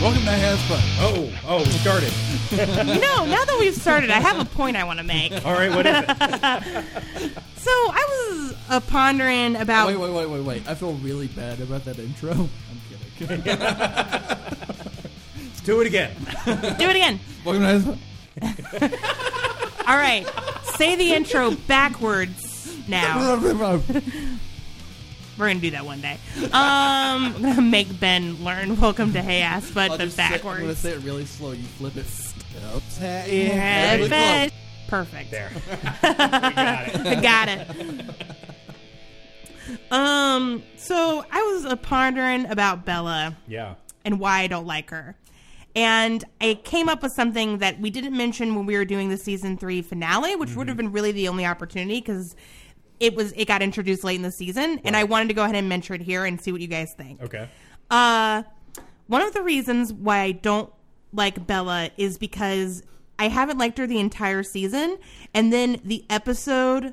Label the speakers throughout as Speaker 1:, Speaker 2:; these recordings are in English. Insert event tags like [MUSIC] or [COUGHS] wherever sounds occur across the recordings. Speaker 1: Welcome to Has Fun.
Speaker 2: Oh, oh, we started.
Speaker 3: No, now that we've started, I have a point I want to make.
Speaker 2: All right, what is it?
Speaker 3: So I was uh, pondering about.
Speaker 1: Wait, wait, wait, wait, wait. I feel really bad about that intro. [LAUGHS] I'm
Speaker 3: [LAUGHS]
Speaker 1: kidding.
Speaker 2: Do it again.
Speaker 3: Do it again.
Speaker 1: Welcome to Has Fun.
Speaker 3: All right, say the intro backwards
Speaker 1: [LAUGHS]
Speaker 3: now. We're gonna do that one day. Um, I'm gonna make Ben learn "Welcome to Hey Ass," but
Speaker 1: I'll
Speaker 3: the
Speaker 1: just say- I'm going to
Speaker 3: backwards.
Speaker 1: say it really slow. You flip it. Oops.
Speaker 3: Yeah,
Speaker 1: Really
Speaker 3: Ben.
Speaker 1: close.
Speaker 3: Perfect. [LAUGHS]
Speaker 2: There. We got it.
Speaker 3: I got it.
Speaker 1: [LAUGHS]
Speaker 3: Um, so I was uh, pondering about Bella.
Speaker 2: Yeah.
Speaker 3: and why I don't like her. And I came up with something that we didn't mention when we were doing the season three finale, which would have been really the only opportunity because it was it got introduced late in the season, and I wanted to go ahead and mention it here and see what you guys think.
Speaker 2: Okay.
Speaker 3: Uh, one of the reasons why I don't like Bella is because I haven't liked her the entire season, and then the episode,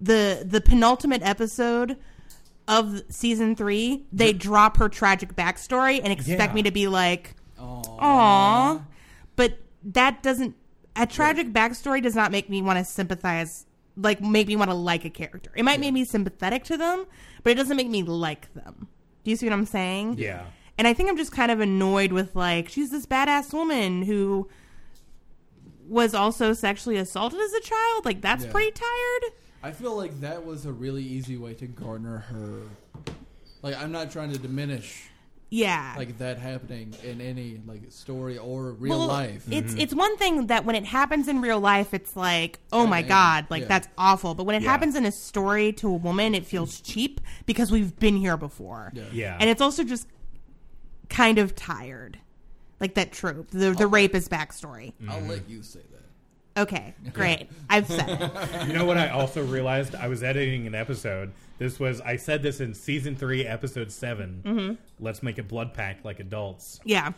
Speaker 3: the the penultimate episode of season three, they drop her tragic backstory and expect
Speaker 2: Yeah.
Speaker 3: me to be like, "Aw," but that doesn't. A tragic backstory does not make me want to sympathize. Like, make me want to like a character. It might make me sympathetic to them, but it doesn't make me like them. Do you see what I'm saying?
Speaker 2: Yeah.
Speaker 3: And I think I'm just kind of annoyed with like she's this badass woman who was also sexually assaulted as a child. Like that's
Speaker 1: Yeah.
Speaker 3: pretty tired.
Speaker 1: I feel like that was a really easy way to garner her. Like, I'm not trying to diminish
Speaker 3: Yeah.
Speaker 1: like that happening in any like story or real
Speaker 3: Well,
Speaker 1: life. Mm-hmm.
Speaker 3: It's it's one thing that when it happens in real life, it's like, oh my
Speaker 1: Yeah.
Speaker 3: god, like
Speaker 1: Yeah.
Speaker 3: that's awful. But when it
Speaker 2: Yeah.
Speaker 3: happens in a story to a woman, it feels cheap because we've been here before.
Speaker 1: Yeah.
Speaker 2: Yeah.
Speaker 3: And it's also just kind of tired. Like that trope, the the rapist backstory.
Speaker 1: I'll
Speaker 2: Mm-hmm.
Speaker 1: let you say that. [LAUGHS]
Speaker 3: Okay, great. I've said it.
Speaker 2: you know what I also realized? I was editing an episode. This was I said this in season three, episode 7 Mm-hmm. Let's make a blood pact like adults.
Speaker 3: Yeah.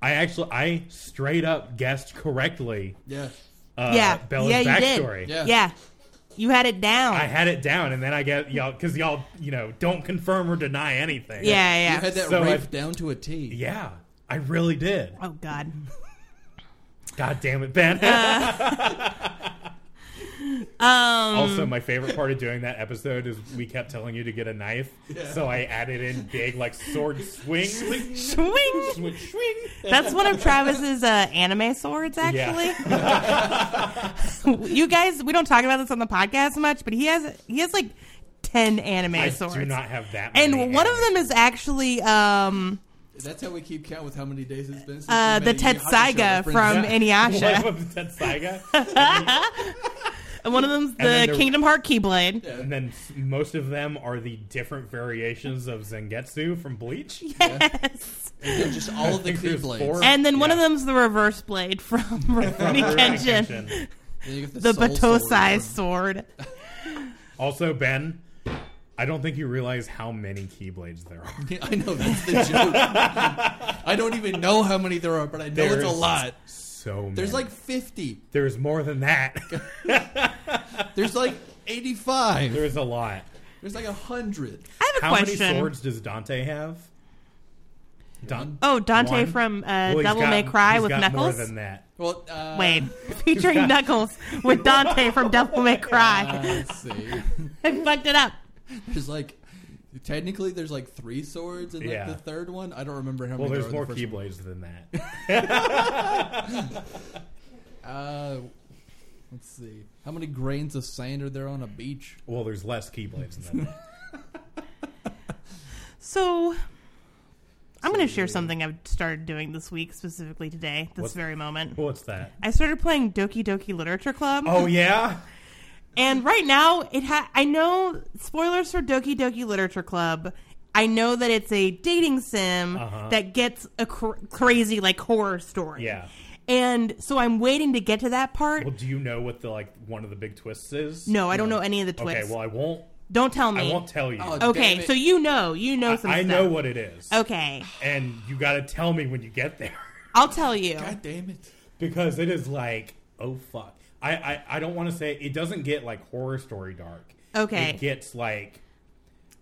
Speaker 2: I actually I straight up guessed correctly
Speaker 1: Yeah.
Speaker 2: uh
Speaker 3: yeah,
Speaker 2: Bella's
Speaker 3: yeah, you
Speaker 2: backstory.
Speaker 3: Did.
Speaker 1: Yeah.
Speaker 3: Yeah. you had it down.
Speaker 2: I had it down and then I get y'all because y'all, you know, don't confirm or deny anything.
Speaker 3: yeah, yeah.
Speaker 1: You had that
Speaker 2: So
Speaker 1: rape
Speaker 2: I-
Speaker 1: down to a T.
Speaker 2: Yeah. I really did.
Speaker 3: oh God.
Speaker 2: God damn it, Ben.
Speaker 3: Uh.
Speaker 2: [LAUGHS]
Speaker 3: Um.
Speaker 2: Also, my favorite part of doing that episode is we kept telling you to get a knife, so I added in big like sword swing, swing,
Speaker 3: Swing.
Speaker 2: swing, swing.
Speaker 3: That's one of Travis's uh, anime swords, actually. you guys, we don't talk about this on the podcast much, but he has he has like ten anime
Speaker 2: I
Speaker 3: swords,
Speaker 2: do not have that.
Speaker 3: and
Speaker 2: many
Speaker 3: one of
Speaker 2: anime.
Speaker 3: them is actually um,
Speaker 1: That's how we keep count with how many days it's been since
Speaker 3: uh,
Speaker 1: we
Speaker 3: the
Speaker 1: made a Yu Yu Hakusho
Speaker 3: Tetsaiga
Speaker 1: reference.
Speaker 2: [LAUGHS]
Speaker 3: from
Speaker 2: One
Speaker 3: Inuyasha,
Speaker 2: of them's Ted Saiga,
Speaker 3: and one of them's the
Speaker 2: then the-
Speaker 3: Kingdom Heart Keyblade.
Speaker 1: Yeah.
Speaker 2: and then s- most of them are the different variations of Zengetsu from
Speaker 3: [LAUGHS]
Speaker 2: Bleach.
Speaker 1: Yeah, just all of the
Speaker 2: think
Speaker 1: key
Speaker 2: there's
Speaker 1: blades.
Speaker 2: four.
Speaker 3: And then one of
Speaker 2: Yeah.
Speaker 3: them's the reverse blade from [LAUGHS]
Speaker 2: From
Speaker 3: Rurouni
Speaker 2: Rurouni
Speaker 3: Kenshin,
Speaker 2: Kenshin.
Speaker 1: Then you get
Speaker 3: the
Speaker 1: soul sword
Speaker 3: Batosai
Speaker 1: from-
Speaker 3: sword.
Speaker 2: Also, Ben, I don't think you realize how many Keyblades there are.
Speaker 1: [LAUGHS] Yeah, I know that's the joke. I don't even know how many there are, but I know it's a
Speaker 2: There's-
Speaker 1: lot.
Speaker 2: So many.
Speaker 1: There's like 50.
Speaker 2: there's more than that.
Speaker 1: There's like 85.
Speaker 2: there's a lot.
Speaker 1: There's like 100.
Speaker 3: I have a
Speaker 2: How
Speaker 3: question.
Speaker 2: many swords does Dante have? Dante.
Speaker 3: Oh, Dante
Speaker 2: One?
Speaker 3: from uh,
Speaker 2: Well, he's
Speaker 3: Devil
Speaker 2: got-
Speaker 3: May Cry
Speaker 2: he's
Speaker 3: with
Speaker 2: got
Speaker 3: Knuckles.
Speaker 2: More than that.
Speaker 1: Well, uh,
Speaker 2: [LAUGHS]
Speaker 3: Wait, featuring
Speaker 2: got-
Speaker 3: Knuckles with Dante
Speaker 2: [LAUGHS]
Speaker 3: from Devil May Cry.
Speaker 1: Let's see.
Speaker 3: I fucked it up.
Speaker 1: There's like technically there's like three swords and like
Speaker 2: Yeah.
Speaker 1: the third one. I don't remember how
Speaker 2: Well,
Speaker 1: many.
Speaker 2: there's
Speaker 1: there
Speaker 2: more
Speaker 1: are in the first
Speaker 2: keyblades than that.
Speaker 1: one. Uh, let's see. How many grains of sand are there on a beach?
Speaker 2: Well, there's less keyblades than
Speaker 3: [LAUGHS]
Speaker 2: that.
Speaker 3: So, I'm going to share something I've started doing this week, specifically today, this
Speaker 2: What's-
Speaker 3: very moment.
Speaker 2: What's that?
Speaker 3: I started playing Doki Doki Literature Club,
Speaker 2: Oh yeah,
Speaker 3: and right now it ha- I know spoilers for Doki Doki Literature Club. I know that it's a dating sim
Speaker 2: Uh-huh.
Speaker 3: that gets a cr- crazy like horror story.
Speaker 2: yeah.
Speaker 3: And so I'm waiting to get to that part.
Speaker 2: Well, do you know what the like one of the big twists is?
Speaker 3: No, I don't know any of the twists.
Speaker 2: Okay, well I won't.
Speaker 3: don't tell
Speaker 2: I
Speaker 3: me.
Speaker 2: won't tell you.
Speaker 1: Oh,
Speaker 2: I-
Speaker 1: Damn
Speaker 3: okay,
Speaker 1: it.
Speaker 3: so you know, you know some
Speaker 2: I,
Speaker 3: stuff.
Speaker 2: know what it is,
Speaker 3: Okay,
Speaker 2: and you got to tell me when you get there [LAUGHS]
Speaker 3: I'll tell you.
Speaker 1: God damn it!
Speaker 2: because it is like oh fuck. I I, I don't want to say it doesn't get like horror story dark.
Speaker 3: Okay.
Speaker 2: it gets like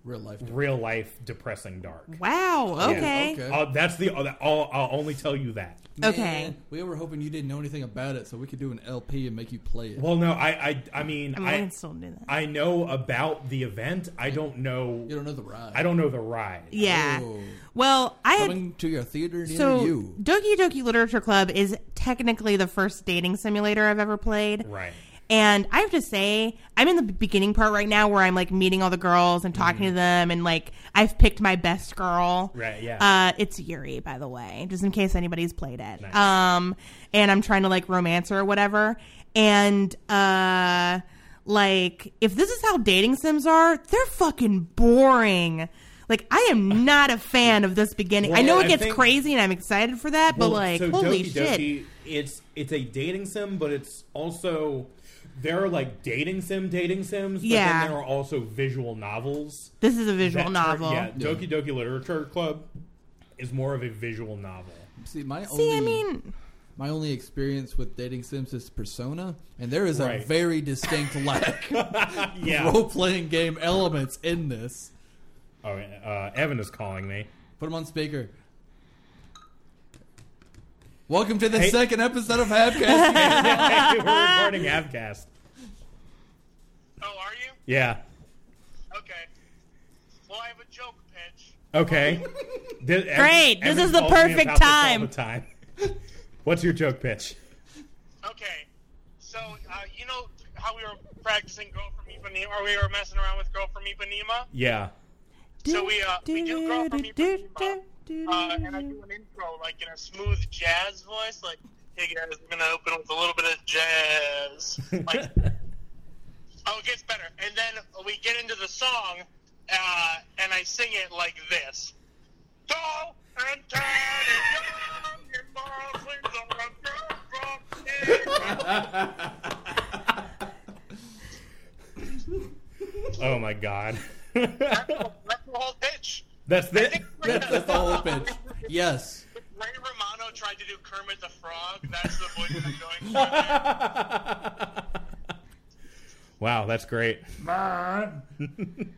Speaker 1: Real life.
Speaker 2: real life depressing dark.
Speaker 3: Wow. Okay.
Speaker 1: okay.
Speaker 2: Uh, that's the. Uh, I'll, I'll only tell you that.
Speaker 3: Okay.
Speaker 1: We were hoping you didn't know anything about it, so we could do an LP and make you play it.
Speaker 2: Well, no, I I, I mean
Speaker 3: I mean, I
Speaker 2: I
Speaker 3: can still do that.
Speaker 2: I know about the event. I don't know.
Speaker 1: you don't know the ride.
Speaker 2: I don't know the ride.
Speaker 3: yeah.
Speaker 1: Oh.
Speaker 3: Well, I had
Speaker 1: Coming to your theater near
Speaker 3: so
Speaker 1: you.
Speaker 3: Doki Doki Literature Club is technically the first dating simulator I've ever played.
Speaker 2: Right.
Speaker 3: And I have to say, I'm in the beginning part right now where I'm like meeting all the girls and talking to them, and like I've picked my best girl.
Speaker 2: Mm-hmm. Right, yeah.
Speaker 3: Uh, it's Yuri, by the way, just in case anybody's played it. Um, and I'm trying to like romance her or whatever. And uh, like if this is how dating sims are, they're fucking boring. Like I
Speaker 2: [LAUGHS]
Speaker 3: am not a fan of this beginning. I
Speaker 2: Well,
Speaker 3: know
Speaker 2: I
Speaker 3: it gets
Speaker 2: think-
Speaker 3: crazy, and I'm excited for that, but
Speaker 2: Well,
Speaker 3: like
Speaker 2: so
Speaker 3: holy
Speaker 2: Doki
Speaker 3: shit.
Speaker 2: Doki, it's it's a dating sim, but it's also there are like dating sim dating sims. But
Speaker 3: Yeah.
Speaker 2: Then there are also visual novels.
Speaker 3: This is a visual
Speaker 2: that turn-
Speaker 3: novel.
Speaker 2: yeah. Doki Doki Literature Club is more of a visual novel.
Speaker 1: See, my
Speaker 3: See,
Speaker 1: only,
Speaker 3: I mean,
Speaker 1: my only experience with dating sims is Persona, and there is
Speaker 2: Right.
Speaker 1: a very
Speaker 3: [LAUGHS]
Speaker 1: distinct lack of
Speaker 2: Yeah.
Speaker 1: role playing game elements in this.
Speaker 2: Oh, uh, Evan is calling me.
Speaker 1: Put them on speaker. Welcome to the
Speaker 2: Hey.
Speaker 1: second episode of Halfcast.
Speaker 2: [LAUGHS] We're recording Avcast.
Speaker 4: Oh, are you?
Speaker 2: Yeah.
Speaker 4: Okay. Well, I have a joke pitch.
Speaker 2: Okay. Th- Ev-
Speaker 3: Great. This
Speaker 2: Evan
Speaker 3: is the
Speaker 2: calls me
Speaker 3: perfect
Speaker 2: about this all
Speaker 3: time.
Speaker 2: the time. [LAUGHS] What's your joke pitch?
Speaker 4: Okay. So, uh, you know how we were practicing Girl from Ipanema, or we were messing around with Girl from Ipanema?
Speaker 2: Yeah.
Speaker 3: [LAUGHS]
Speaker 4: So we, uh, we do Girl from Ipanema, uh, and I do an intro, like in a smooth jazz voice, like, hey guys, I'm going to open with a little bit of jazz. Like, oh, it gets better. And then we get into the song, uh, and I sing it like this. Tall and tan and young and bald, swings around girl from Ipanema.
Speaker 2: oh my god. [LAUGHS]
Speaker 4: That's the whole pitch.
Speaker 2: That's
Speaker 4: I
Speaker 2: it.
Speaker 4: think
Speaker 1: That's the whole pitch. Yes.
Speaker 4: Ray Romano tried to do Kermit the Frog. That's the voice I'm going for.
Speaker 2: [LAUGHS] Wow, that's great.
Speaker 4: Okay. Yep, and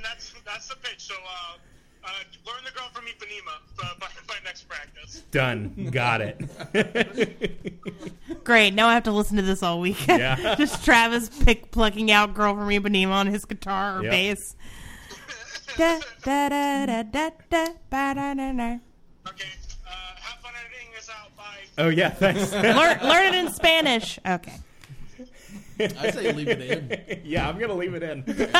Speaker 4: that's that's the pitch. So uh, uh, learn the girl from Ipanema uh, by, by next practice.
Speaker 2: Done. Got it.
Speaker 3: Great. Now I have to listen to this all week.
Speaker 2: Yeah.
Speaker 3: [LAUGHS] Just Travis pick plucking out "Girl from Ipanema" on his guitar or
Speaker 2: Yep.
Speaker 3: bass. Da, da, da, da, da, da, ba, da, da, da.
Speaker 4: Okay. Uh, have fun editing this out. Bye.
Speaker 2: Oh yeah, thanks. [LAUGHS]
Speaker 3: Learn, learn it in Spanish. Okay.
Speaker 1: I say leave it in.
Speaker 2: yeah, I'm gonna leave it
Speaker 3: [LAUGHS]
Speaker 2: in.
Speaker 3: Great.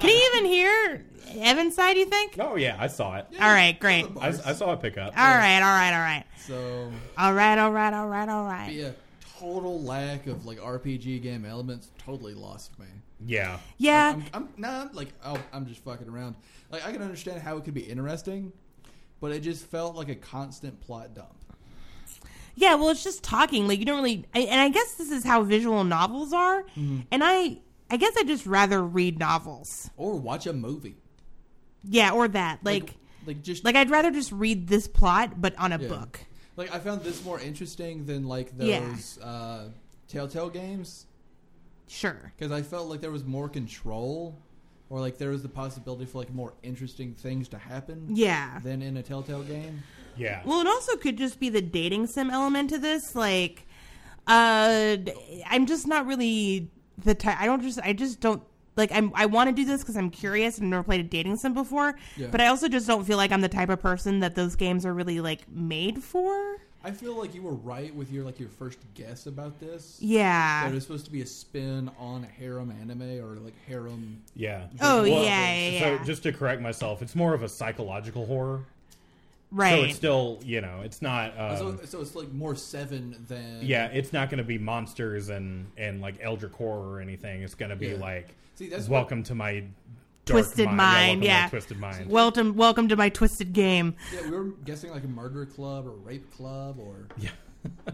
Speaker 3: Can he even hear Evan's side? You think?
Speaker 2: Oh yeah, I saw it.
Speaker 3: All right. Great. All
Speaker 2: [LAUGHS] I, I saw it pick up.
Speaker 3: right. All right. All right.
Speaker 1: So
Speaker 3: All right. All right. All right. All right.
Speaker 1: yeah, total lack of like RPG game elements totally lost me.
Speaker 2: Yeah.
Speaker 3: Yeah.
Speaker 1: I'm, I'm nah, like oh, I'm just fucking around. Like I can understand how it could be interesting, but it just felt like a constant plot dump.
Speaker 3: Yeah, well, it's just talking. Like you don't really, I, and I guess this is how visual novels are.
Speaker 1: Mm-hmm.
Speaker 3: And I, I guess I just rather read novels.
Speaker 1: Or watch a movie,
Speaker 3: Yeah, or that. Like,
Speaker 1: like, like just
Speaker 3: like I'd rather just read this plot, but on a
Speaker 1: yeah.
Speaker 3: book.
Speaker 1: Like I found this more interesting than like
Speaker 3: Yeah.
Speaker 1: those uh, Telltale games
Speaker 3: Sure.
Speaker 1: because I felt like there was more control, or like there was the possibility for like more interesting things to happen.
Speaker 3: Yeah.
Speaker 1: Than in a Telltale game.
Speaker 2: Yeah.
Speaker 3: Well, it also could just be the dating sim element to this. Like, uh, d- I'm just not really the type. I don't just. I just don't like. I'm. I want to do this because I'm curious and never played a dating sim before.
Speaker 1: Yeah.
Speaker 3: But I also just don't feel like I'm the type of person that those games are really like made for.
Speaker 1: I feel like you were right with your like your first guess about this.
Speaker 3: Yeah.
Speaker 1: That it was supposed to be a spin on harem anime or like harem.
Speaker 2: yeah.
Speaker 3: Oh, yeah, yeah, yeah.
Speaker 2: So just to correct myself, it's more of a psychological horror.
Speaker 3: Right.
Speaker 2: So it's still, you know, it's not. Um,
Speaker 1: So, so it's like more seven than
Speaker 2: yeah, it's not going to be monsters and and like Eldritch horror or anything. It's going to be
Speaker 1: Yeah.
Speaker 2: like
Speaker 1: See, that's what-
Speaker 2: welcome to my dark
Speaker 3: Twisted mind,
Speaker 2: mind.
Speaker 3: yeah.
Speaker 2: welcome to my twisted mind.
Speaker 3: welcome, welcome to my twisted game.
Speaker 1: Yeah, we were guessing like a murder club or rape club or
Speaker 2: yeah.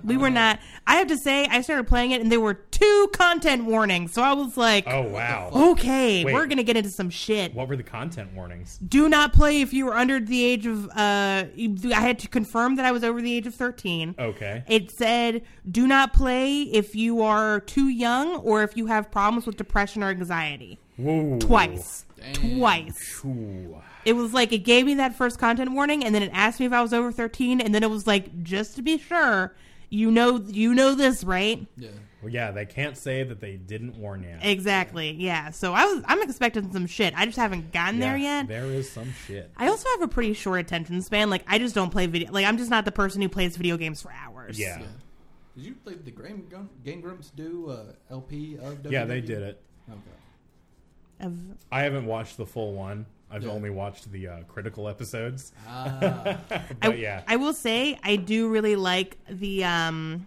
Speaker 3: We
Speaker 2: Uh-huh.
Speaker 3: were not. I have to say, I started playing it and there were two content warnings. So I was like,
Speaker 2: Oh wow.
Speaker 3: okay,
Speaker 2: Wait.
Speaker 3: we're going to get into some shit.
Speaker 2: What were the content warnings?
Speaker 3: Do not play if you were under the age of. Uh, you- I had to confirm that I was over the age of 13.
Speaker 2: Okay.
Speaker 3: It said, do not play if you are too young or if you have problems with depression or anxiety.
Speaker 2: Whoa.
Speaker 3: Twice.
Speaker 1: Damn.
Speaker 3: Twice
Speaker 2: Ooh.
Speaker 3: it was like it gave me that first content warning and then it asked me if I was over 13 and then it was like just to be sure you know you know this right
Speaker 1: Yeah.
Speaker 2: Well, yeah, they can't say that they didn't warn you.
Speaker 3: exactly yeah so I was I'm expecting some shit I just haven't gotten
Speaker 2: Yeah,
Speaker 3: there yet
Speaker 2: There is some shit.
Speaker 3: I also have a pretty short attention span like I just don't play video like I'm just not the person who plays video games for hours
Speaker 2: Yeah.
Speaker 1: Yeah. Did you play the Game, Grum- Game Grumps do uh, LP of WWE?
Speaker 2: Yeah, they did it.
Speaker 1: Okay.
Speaker 3: of,
Speaker 2: I haven't watched the full one. I've
Speaker 1: Yeah.
Speaker 2: only watched the uh, critical episodes.
Speaker 1: Ah,
Speaker 3: I,
Speaker 2: [LAUGHS] But yeah.
Speaker 3: I will say I do really like the um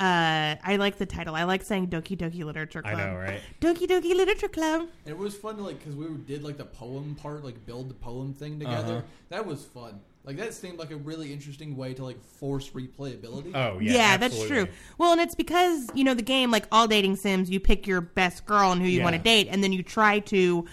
Speaker 3: uh I like the title I like saying Doki Doki Literature
Speaker 2: I
Speaker 3: Club
Speaker 2: know, right?
Speaker 3: Doki Doki Literature Club
Speaker 1: it was fun to like because we did like the poem part, like build the poem thing together.
Speaker 2: Uh-huh.
Speaker 1: That was fun. Like that seemed like a really interesting way to like force replayability.
Speaker 2: Oh, yeah.
Speaker 3: Yeah, that's
Speaker 2: absolutely.
Speaker 3: true. Well, and it's because, you know, the game, like all dating sims, you pick your best girl and who you
Speaker 2: Yeah.
Speaker 3: want to date, and then you try to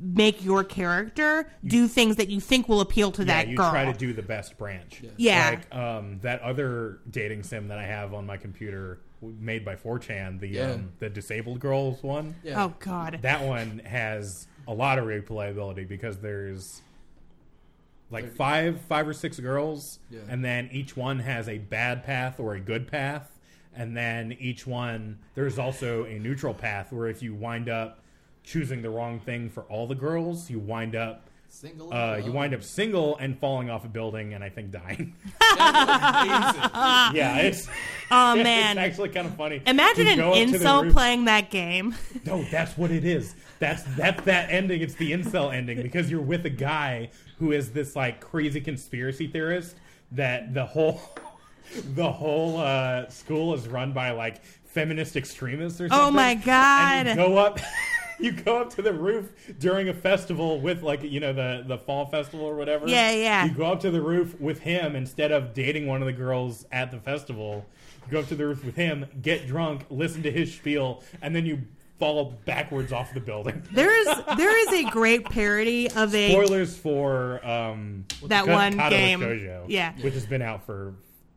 Speaker 3: make your character do things that you think will appeal to
Speaker 2: Yeah,
Speaker 3: that
Speaker 2: you
Speaker 3: girl.
Speaker 2: try to do the best branch.
Speaker 3: Yeah.
Speaker 2: Like um, that other dating sim that I have on my computer w- made by 4chan, the
Speaker 1: Yeah.
Speaker 2: um, the disabled girls one.
Speaker 1: Yeah.
Speaker 3: Oh, God.
Speaker 2: That one has a lot of replayability because there's like five five or six girls
Speaker 1: Yeah.
Speaker 2: and then each one has a bad path or a good path and then each one there's also a neutral path where if you wind up choosing the wrong thing for all the girls you wind up
Speaker 1: Single.
Speaker 2: uh, you wind up single and falling off a building and I think dying.
Speaker 1: [LAUGHS] up.
Speaker 2: [LAUGHS] yeah, it's
Speaker 3: oh,
Speaker 2: it's
Speaker 3: man.
Speaker 2: actually kind of funny.
Speaker 3: Ah. Imagine
Speaker 2: You
Speaker 3: an
Speaker 2: go up to the
Speaker 3: incel
Speaker 2: roof-
Speaker 3: playing that game. [LAUGHS]
Speaker 2: No, that's what it is. That's that's that ending. It's the incel ending because you're with a guy who is this like crazy conspiracy theorist that the whole [LAUGHS] the whole uh, school is run by like feminist extremists or something.
Speaker 3: Oh, my
Speaker 2: And you
Speaker 3: God.
Speaker 2: go up. [LAUGHS] You go up to the roof during a festival with like you know the the fall festival or whatever.
Speaker 3: Yeah, yeah.
Speaker 2: You go up to the roof with him instead of dating one of the girls at the festival. You go up to the roof with him, get drunk, listen to his spiel, and then you fall backwards off the
Speaker 3: [LAUGHS]
Speaker 2: building.
Speaker 3: There is there is a great parody of a
Speaker 2: Spoilers for um,
Speaker 3: that
Speaker 2: Ka-
Speaker 3: one
Speaker 2: Kata
Speaker 3: game.
Speaker 2: Shoujo,
Speaker 3: Yeah.
Speaker 2: which has been out for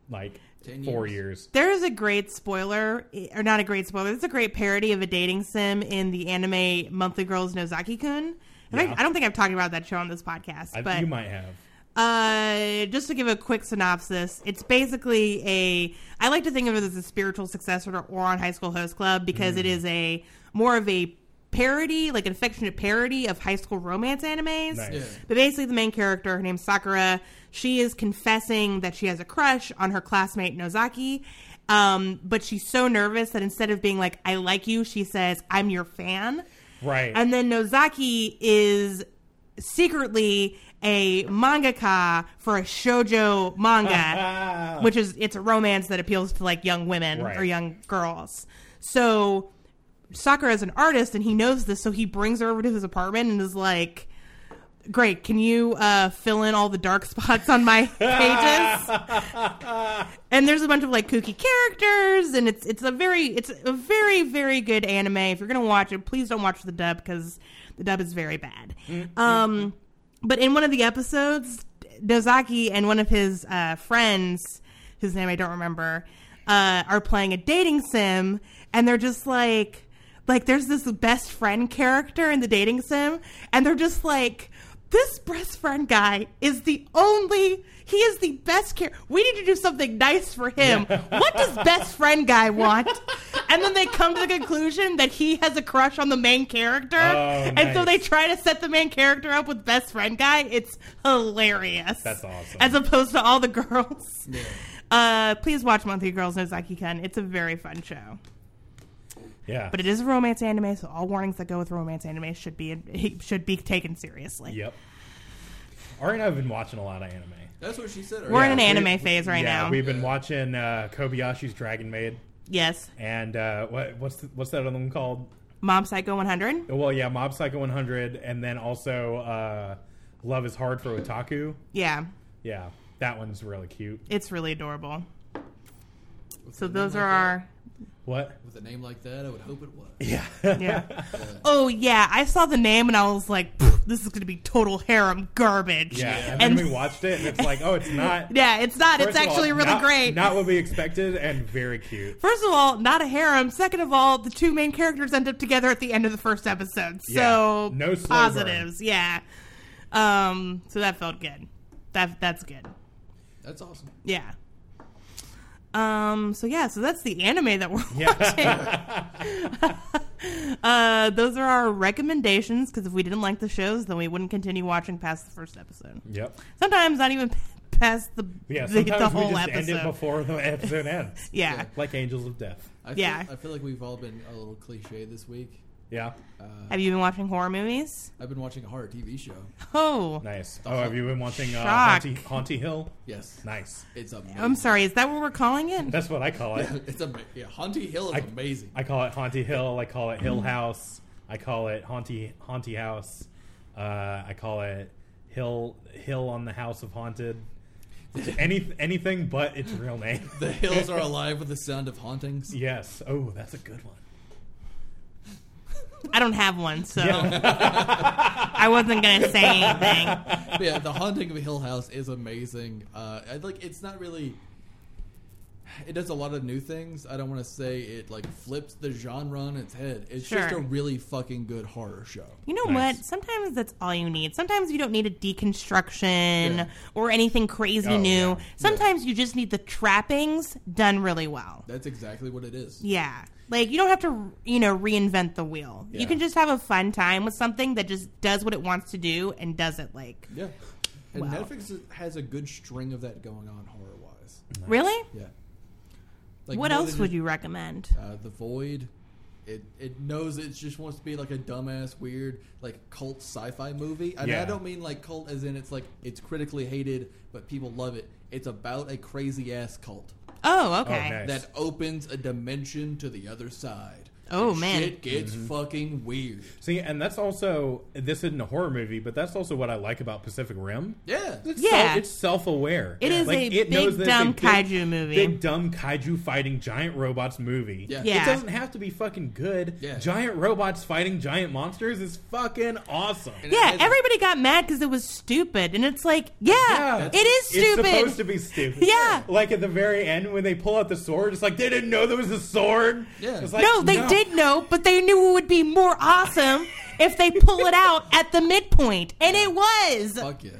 Speaker 2: like
Speaker 1: Ten
Speaker 2: four years.
Speaker 1: years.
Speaker 3: There is a great spoiler, eh, or not a great spoiler. There's a great parody of a dating sim in the anime Monthly Girls Nozaki Kun.
Speaker 2: Yeah.
Speaker 3: I don't think I've talked about that show on this podcast,
Speaker 2: I,
Speaker 3: but
Speaker 2: you might have.
Speaker 3: uh, just to give a quick synopsis, it's basically a. I like to think of it as a spiritual successor to Oron High School Host Club because it is a more of a parody, like an affectionate parody of high school romance animes.
Speaker 2: Nice.
Speaker 1: Yeah.
Speaker 3: But basically, the main character, her name's Sakura, she is confessing that she has a crush on her classmate Nozaki. Um, but she's so nervous that instead of being like, I like you, she says, I'm your fan.
Speaker 2: Right.
Speaker 3: And then Nozaki is secretly a mangaka for a shoujo
Speaker 2: [LAUGHS]
Speaker 3: manga,
Speaker 2: Ah.
Speaker 3: which is it's a romance that appeals to like young women
Speaker 2: Right.
Speaker 3: or young girls. So Sakura is an artist and he knows this, so he brings her over to his apartment and is like, "Great, can you uh, fill in all the dark [LAUGHS] spots on my pages?" and there's a bunch of like kooky characters, and it's it's a very it's a very very good anime. If you're gonna watch it, please don't watch the dub because the dub is very bad. Um, but in one of the episodes, Nozaki and one of his uh, friends, whose name I don't remember, uh, are playing a dating sim, and they're just like, like there's this best friend character in the dating sim, and they're just like. This best friend guy is the only. He is the best care. We need to do something nice for him. What does best friend guy want? And then they come to the conclusion that he has a crush on the main character,
Speaker 2: Oh,
Speaker 3: and so
Speaker 2: nice.
Speaker 3: they try to set the main character up with best friend guy. It's hilarious.
Speaker 2: That's awesome.
Speaker 3: As opposed to all the girls. Uh, please watch Monthly Girls Nozaki Kun. It's a very fun show,
Speaker 2: yeah.
Speaker 3: but it is a romance anime, so all warnings that go with romance anime should be should be taken seriously.
Speaker 2: yep. Ari and I have been watching a lot of anime.
Speaker 1: That's what she said.
Speaker 3: We're
Speaker 1: right?
Speaker 3: in an
Speaker 2: Yeah,
Speaker 3: anime
Speaker 2: we-
Speaker 3: phase right
Speaker 2: yeah,
Speaker 3: now.
Speaker 2: We've been watching uh, Kobayashi's Dragon Maid.
Speaker 3: Yes,
Speaker 2: and uh, what, what's the, what's that other one called? Oh,
Speaker 3: Mom Psycho 100.
Speaker 2: Well, yeah, Mob Psycho 100, and then also uh, Love Is Hard for Otaku.
Speaker 3: Yeah,
Speaker 2: Yeah, That one's really cute.
Speaker 3: It's really adorable.
Speaker 1: With
Speaker 3: So
Speaker 1: a name
Speaker 3: those
Speaker 1: like
Speaker 3: are our
Speaker 2: What?
Speaker 1: that- With a name like that, I would hope it was.
Speaker 2: Yeah.
Speaker 3: yeah. oh yeah, I saw the name and I was like, "Pfft, this is gonna be total harem garbage.
Speaker 2: Yeah. And,
Speaker 3: and
Speaker 2: then we watched it, and it's like, oh, it's not.
Speaker 3: [LAUGHS] yeah, it's not.
Speaker 2: First
Speaker 3: it's
Speaker 2: of all,
Speaker 3: actually really
Speaker 2: not-
Speaker 3: great.
Speaker 2: Not what we expected, and very cute.
Speaker 3: First of all, not a harem. Second of all, the two main characters end up together at the end of the first episode. So
Speaker 2: Yeah. No slow burn.
Speaker 3: positives, yeah. Um, so that felt good. That that's good.
Speaker 1: That's awesome.
Speaker 3: Yeah. Um, so yeah, so that's the anime that we're [LAUGHS] watching. uh, those are our recommendations because if we didn't like the shows, then we wouldn't continue watching past the first episode.
Speaker 2: Yep.
Speaker 3: Sometimes not even [LAUGHS] p- past the
Speaker 2: Yeah.
Speaker 3: the,
Speaker 2: Sometimes
Speaker 3: the whole
Speaker 2: we just end
Speaker 3: episode.
Speaker 2: it before the episode ends.
Speaker 3: yeah.
Speaker 2: Like Angels of Death.
Speaker 1: I
Speaker 3: Yeah.
Speaker 1: Feel, I feel like we've all been a little cliche this week.
Speaker 2: Yeah.
Speaker 3: Have you been watching horror movies?
Speaker 1: I've been watching a horror TV show.
Speaker 3: Oh,
Speaker 2: Nice. Oh, have you been watching uh,
Speaker 3: Shock.
Speaker 2: Haunty, Haunty Hill?
Speaker 1: Yes.
Speaker 2: Nice.
Speaker 1: It's amazing.
Speaker 3: I'm sorry. Is that what we're calling it?
Speaker 2: That's what I call it.
Speaker 1: [LAUGHS] It's amazing. Yeah, Haunty Hill is
Speaker 2: I-
Speaker 1: amazing.
Speaker 2: I call it Haunty Hill. I call it Hill House. I call it Haunty Haunty House. Uh, I call it Hill Hill on the House of Haunted. Any anything but its real name.
Speaker 1: the hills
Speaker 3: [LAUGHS]
Speaker 1: are alive with the sound of hauntings.
Speaker 2: yes. Oh, that's a good one.
Speaker 3: I don't have one, so
Speaker 2: Yeah.
Speaker 3: [LAUGHS] I wasn't gonna say anything.
Speaker 1: But yeah, the haunting of Hill House is amazing. Uh, I, like it's not really. It does a lot of new things. I don't want to say it like flips the genre on its head. It's just
Speaker 3: Sure.
Speaker 1: a really fucking good horror show.
Speaker 3: You know
Speaker 2: Nice.
Speaker 3: what? Sometimes that's all you need. Sometimes you don't need a deconstruction
Speaker 1: Yeah.
Speaker 3: or anything crazy
Speaker 2: Oh,
Speaker 3: new.
Speaker 2: yeah.
Speaker 3: Sometimes you just need the trappings done really well.
Speaker 1: That's exactly what it is.
Speaker 3: Yeah. Like you don't have to, you know, reinvent the wheel.
Speaker 1: Yeah.
Speaker 3: You can just have a fun time with something that just does what it wants to do and does it like.
Speaker 1: Yeah, and
Speaker 3: Wow.
Speaker 1: Netflix is- has a good string of that going on horror wise.
Speaker 3: Really?
Speaker 1: Yeah. Like,
Speaker 3: what
Speaker 1: more
Speaker 3: else
Speaker 1: than
Speaker 3: would
Speaker 1: just-
Speaker 3: you recommend?
Speaker 1: Uh, the Void. It it knows it just wants to be like a dumbass, weird, like cult sci-fi movie. And
Speaker 2: Yeah.
Speaker 1: I don't mean like cult as in it's like it's critically hated, but people love it. It's about a crazy ass cult
Speaker 3: Oh, okay.
Speaker 2: nice.
Speaker 1: that opens a dimension to the other side.
Speaker 3: Oh,
Speaker 1: And
Speaker 3: man.
Speaker 1: shit gets fucking weird.
Speaker 2: See, and that's also this isn't a horror movie, but that's also what I like about Pacific Rim.
Speaker 1: Yeah,
Speaker 2: It's
Speaker 3: Yeah.
Speaker 2: self, it's self-aware.
Speaker 3: It is
Speaker 2: Like,
Speaker 3: a
Speaker 2: it
Speaker 3: big,
Speaker 2: knows that it's a
Speaker 3: dumb
Speaker 2: big-
Speaker 3: kaiju movie.
Speaker 2: Big dumb kaiju fighting giant robots movie.
Speaker 1: Yeah.
Speaker 3: Yeah.
Speaker 2: It doesn't have to be fucking good.
Speaker 1: Yeah.
Speaker 2: Giant robots fighting giant monsters is fucking awesome.
Speaker 1: And it
Speaker 3: yeah,
Speaker 1: has-
Speaker 3: everybody got mad because it was stupid, and it's like, yeah, it is stupid.
Speaker 2: It's supposed to be stupid.
Speaker 3: Yeah.
Speaker 2: Like at the very end when they pull out the sword, it's like they didn't know there was a sword.
Speaker 1: Yeah.
Speaker 2: It's like,
Speaker 3: no, they did know, but they knew it would be more awesome if they pull it out at the midpoint, and it was.
Speaker 1: Fuck yeah.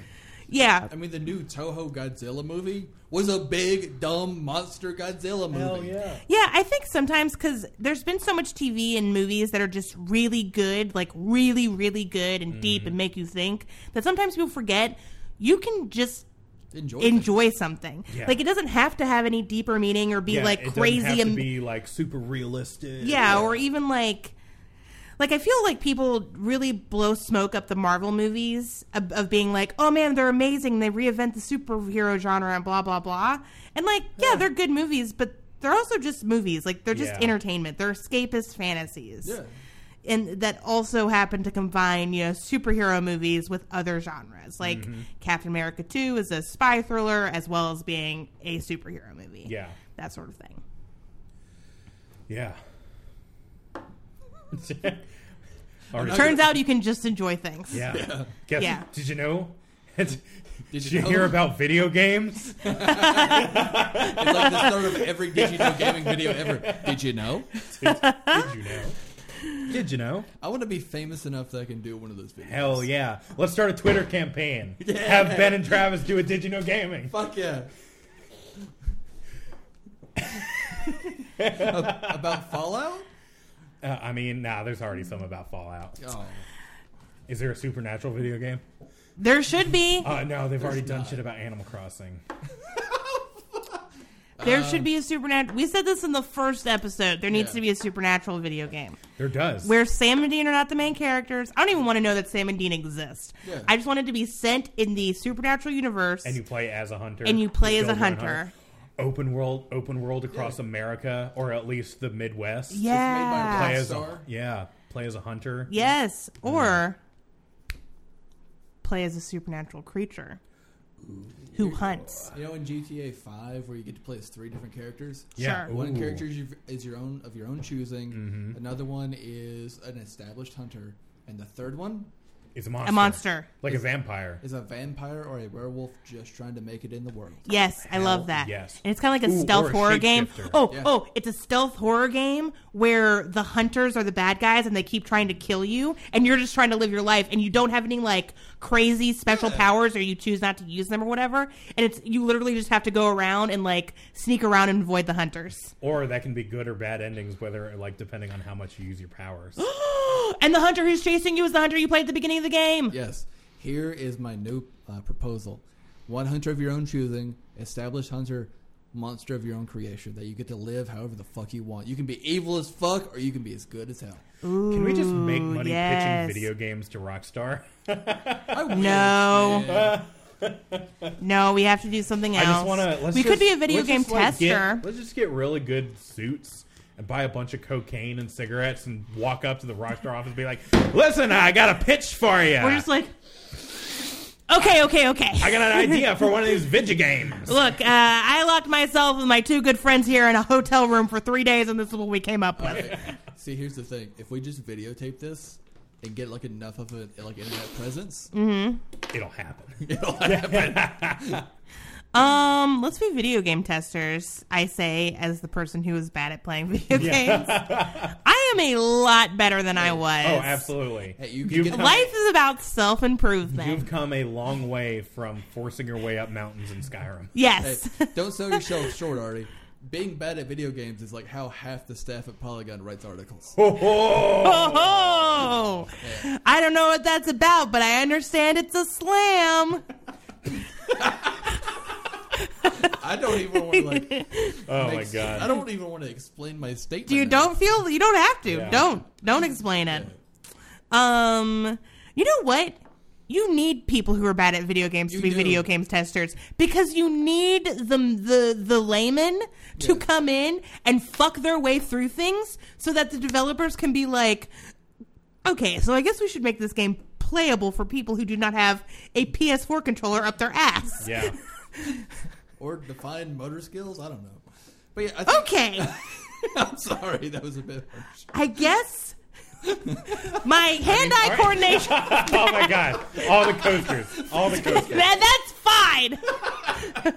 Speaker 3: Yeah,
Speaker 1: I mean, the new Toho Godzilla movie was a big dumb monster Godzilla movie.
Speaker 2: Hell yeah.
Speaker 3: yeah. I think sometimes because there's been so much TV and movies that are just really good, like really, really good and
Speaker 2: Mm-hmm.
Speaker 3: deep, and make you think that sometimes people forget you can just
Speaker 1: Enjoy. it.
Speaker 3: enjoy something.
Speaker 2: Yeah.
Speaker 3: Like it doesn't have to have any deeper meaning or be
Speaker 2: Yeah,
Speaker 3: like
Speaker 2: it doesn't have
Speaker 3: crazy
Speaker 2: to
Speaker 3: and
Speaker 2: be like super realistic.
Speaker 3: yeah, or even like like i feel like people really blow smoke up the marvel movies of, of being like oh man they're amazing they reinvent the superhero genre and blah blah blah and like yeah, they're good movies but they're also just movies like they're just
Speaker 2: Yeah.
Speaker 3: entertainment they're escapist fantasies
Speaker 1: Yeah.
Speaker 3: and that also happen to combine you know superhero movies with other genres like captain america 2 is a spy thriller as well as being a superhero movie
Speaker 2: Yeah.
Speaker 3: that sort of thing
Speaker 2: Yeah. [LAUGHS] All right.
Speaker 3: turns out you can just enjoy things
Speaker 2: Yeah. Guess,
Speaker 3: Yeah.
Speaker 2: Did you know? [LAUGHS] Did
Speaker 1: Did
Speaker 2: you hear about video games?
Speaker 1: It's like the start of every
Speaker 2: [LAUGHS]
Speaker 1: Did You Know gaming video ever. Did you know?
Speaker 2: Did you know? Did you know?
Speaker 1: I want to be famous enough that I can do one of those videos.
Speaker 2: Hell yeah. Let's start a Twitter campaign. Have Ben and Travis do a Did You Know Gaming.
Speaker 1: Fuck
Speaker 2: [LAUGHS]
Speaker 1: yeah. Ab- about Fallout?
Speaker 2: Uh, I mean, nah, there's already some about Fallout.
Speaker 1: Oh.
Speaker 2: Is there a supernatural video game?
Speaker 3: There should be.
Speaker 2: Uh, no, they've already done shit about Animal Crossing.
Speaker 3: there should be a supernatural. We said this in the first episode. There needs
Speaker 1: Yeah.
Speaker 3: to be a supernatural video game
Speaker 2: There does.
Speaker 3: where Sam and Dean are not the main characters. I don't even want to know that Sam and Dean exist.
Speaker 1: Yeah.
Speaker 3: I just wanted to be sent in the supernatural universe,
Speaker 2: and you play as a hunter.
Speaker 3: and you play as a
Speaker 2: build your own
Speaker 3: hunter.
Speaker 2: Open world, open world across America, or at least the Midwest.
Speaker 3: Yeah.
Speaker 2: Play as a,
Speaker 1: Rockstar.
Speaker 2: yeah, play as a hunter. Mm.
Speaker 3: yes, or play as a supernatural creature. who hunts.
Speaker 1: You know, in GTA Five, where you get to play as three different characters.
Speaker 2: Yeah.
Speaker 3: Sure.
Speaker 1: One
Speaker 2: Ooh. Mm-hmm.
Speaker 1: character is your- is your own of your own choosing. Another one is an established hunter, and the third one
Speaker 2: It's a monster.
Speaker 3: A monster.
Speaker 2: Like a vampire.
Speaker 1: is a vampire or a werewolf just trying to make it in the world.
Speaker 3: Yes, I love that.
Speaker 2: yes.
Speaker 3: And it's kind of like a
Speaker 2: Ooh, or
Speaker 3: stealth
Speaker 2: a
Speaker 3: horror game.
Speaker 2: shapeshifter.
Speaker 3: Oh,
Speaker 1: Yeah.
Speaker 3: oh, it's a stealth horror game where the hunters are the bad guys and they keep trying to kill you and you're just trying to live your life and you don't have any like crazy special powers or you choose not to use them or whatever. And it's you literally just have to go around and like sneak around and avoid the hunters.
Speaker 2: Or that can be good or bad endings, whether like depending on how much you use your
Speaker 3: [GASPS]
Speaker 2: powers.
Speaker 3: And the hunter who's chasing you is the hunter you played at the beginning of the game.
Speaker 1: Yes. Here is my new uh, proposal: one hunter of your own choosing, established hunter, monster of your own creation that you get to live however the fuck you want. You can be evil as fuck, or you can be as good as hell.
Speaker 2: can we just make money
Speaker 3: yes.
Speaker 2: pitching video games to Rockstar?
Speaker 1: I will.
Speaker 3: No.
Speaker 1: Yeah.
Speaker 3: No, we have to do something
Speaker 2: I
Speaker 3: else.
Speaker 2: just want to.
Speaker 3: we could be a video game tester.
Speaker 2: let's just get really good suits and buy a bunch of cocaine and cigarettes and walk up to the Rockstar office and be like, "Listen, I got a pitch for you.
Speaker 3: We're just like, okay, okay,
Speaker 2: I
Speaker 3: okay.
Speaker 2: got an
Speaker 3: [LAUGHS]
Speaker 2: idea for one of these video games."
Speaker 3: Look, uh, I locked myself and my two good friends here in a hotel room for three days, and this is what we came up with.
Speaker 1: See, here's the thing: if we just videotape this and get like enough of a like internet presence, [LAUGHS]
Speaker 2: It'll happen.
Speaker 1: it'll happen.
Speaker 3: Um, let's be video game testers. I say, as the person who is bad at playing
Speaker 2: [LAUGHS]
Speaker 3: video games, I am a lot better than I was.
Speaker 2: Oh, absolutely.
Speaker 1: Hey, you can
Speaker 2: You've
Speaker 1: get-
Speaker 2: come-
Speaker 3: Life is about self
Speaker 2: You've
Speaker 3: improvement.
Speaker 2: come a long way from forcing your way up mountains in Skyrim.
Speaker 1: Hey,
Speaker 3: Yes.
Speaker 1: don't sell yourself short, Artie. Being bad at video games is like how half the staff at Polygon writes articles.
Speaker 3: [LAUGHS] Oh, I don't know what that's about, but I understand it's a slam.
Speaker 1: I don't even want to like.
Speaker 2: Oh my
Speaker 1: ex- I
Speaker 2: god.
Speaker 1: don't even want to explain my statement.
Speaker 3: you
Speaker 1: now.
Speaker 3: don't feel you don't have to
Speaker 2: Yeah.
Speaker 3: don't don't explain it um you know what you need people who are bad at video games
Speaker 1: You
Speaker 3: to be
Speaker 1: do.
Speaker 3: video games testers because you need the the the layman to
Speaker 1: Yes.
Speaker 3: come in and fuck their way through things so that the developers can be like okay so i guess we should make this game playable for people who do not have a ps4 controller up their
Speaker 2: [LAUGHS] [LAUGHS]
Speaker 3: ass
Speaker 2: Yeah.
Speaker 1: or define motor skills. I don't know. But yeah, I think,
Speaker 3: okay
Speaker 1: [LAUGHS] I'm sorry, that was a bit harsh.
Speaker 3: i
Speaker 1: [LAUGHS]
Speaker 3: guess my hand-eye coordination
Speaker 2: Oh my god. All the coasters. All the coasters.
Speaker 3: That, that's fine.
Speaker 1: But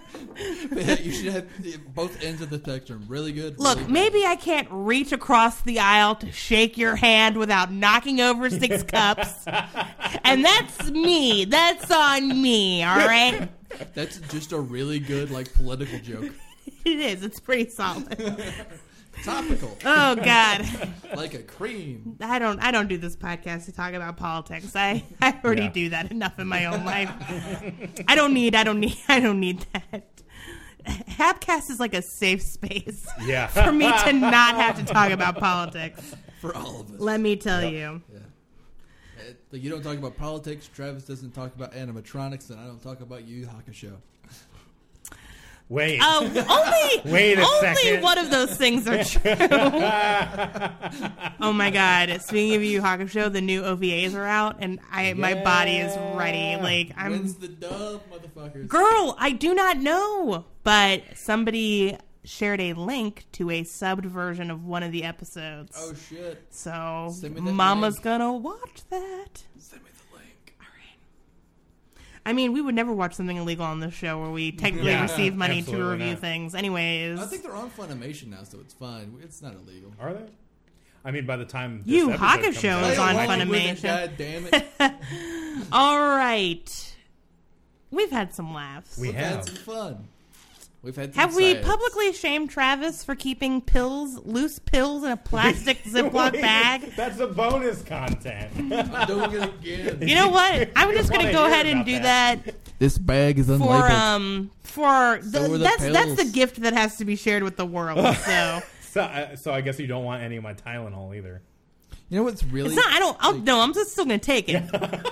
Speaker 1: yeah, you should have both ends of the spectrum. Really good. really
Speaker 3: Look,
Speaker 1: bad.
Speaker 3: maybe I can't reach across the aisle to shake your hand without knocking over six cups. And that's me. That's on me, all right?
Speaker 1: that's just a really good like political joke.
Speaker 3: It is. It's pretty solid.
Speaker 1: Topical,
Speaker 3: Oh god.
Speaker 1: like a cream.
Speaker 3: I don't I don't do this podcast to talk about politics. I, I already
Speaker 2: Yeah.
Speaker 3: do that enough in my own life. I don't need I don't need I don't need that. Hapcast is like a safe space [LAUGHS]
Speaker 2: [LAUGHS] Yeah.
Speaker 3: for me to not have to talk about politics.
Speaker 1: for all of us.
Speaker 3: Let me tell you.
Speaker 1: yeah. Uh, Like you don't talk about politics. Travis doesn't talk about animatronics, and I don't talk about Yu Yu Hakusho.
Speaker 2: Wait.
Speaker 3: Oh,
Speaker 1: [LAUGHS]
Speaker 3: only
Speaker 2: Wait a
Speaker 3: only
Speaker 2: second.
Speaker 3: one of those things are true. oh my god! Speaking of Yu Yu Hakusho, the new OVAs are out, and I my body is ready.
Speaker 2: Yeah.
Speaker 3: Like I'm,
Speaker 1: When's the dub, motherfuckers?
Speaker 3: girl, I do not know, but somebody shared a link to a subbed version of one of the episodes.
Speaker 1: Oh shit!
Speaker 3: so
Speaker 1: send me that
Speaker 3: Mama's
Speaker 1: link.
Speaker 3: gonna watch that.
Speaker 1: Send me the link.
Speaker 3: I mean, we would never watch something illegal on this show where we technically
Speaker 2: Yeah,
Speaker 3: receive money to
Speaker 2: absolutely
Speaker 3: review
Speaker 2: not.
Speaker 3: things. Anyways,
Speaker 1: I think they're on Funimation now, so it's fine. It's not illegal.
Speaker 2: Are they? I mean, by the time this
Speaker 3: You
Speaker 2: episode
Speaker 3: Haka
Speaker 2: comes
Speaker 3: Show
Speaker 2: out-
Speaker 3: is on
Speaker 1: Play along with it,
Speaker 3: Funimation.
Speaker 1: God damn
Speaker 2: [LAUGHS]
Speaker 1: it!
Speaker 3: All right. We've had some laughs.
Speaker 2: We
Speaker 1: We've had
Speaker 2: have.
Speaker 1: some fun. We've had some
Speaker 3: have we
Speaker 1: sads.
Speaker 3: publicly shamed Travis for keeping pills, loose pills in a plastic
Speaker 2: [LAUGHS]
Speaker 3: Ziploc
Speaker 2: Wait,
Speaker 3: bag?
Speaker 2: That's a bonus content. [LAUGHS]
Speaker 1: I'm doing it again.
Speaker 3: [LAUGHS] You know what? I'm
Speaker 2: You
Speaker 3: just going to
Speaker 2: wanna
Speaker 3: go
Speaker 2: hear
Speaker 3: ahead and
Speaker 2: about
Speaker 3: do
Speaker 2: that.
Speaker 1: [LAUGHS]
Speaker 3: that,
Speaker 1: This bag is
Speaker 3: for um for the,
Speaker 1: So were the
Speaker 3: that's that's the
Speaker 1: pills.
Speaker 3: gift that has to be shared with the
Speaker 2: [LAUGHS]
Speaker 3: world. So
Speaker 2: so, I, so I guess you don't want any of my Tylenol either.
Speaker 1: you know what's really?
Speaker 3: it's not. I don't. I'll, no, I'm just still going to take it.
Speaker 2: [LAUGHS]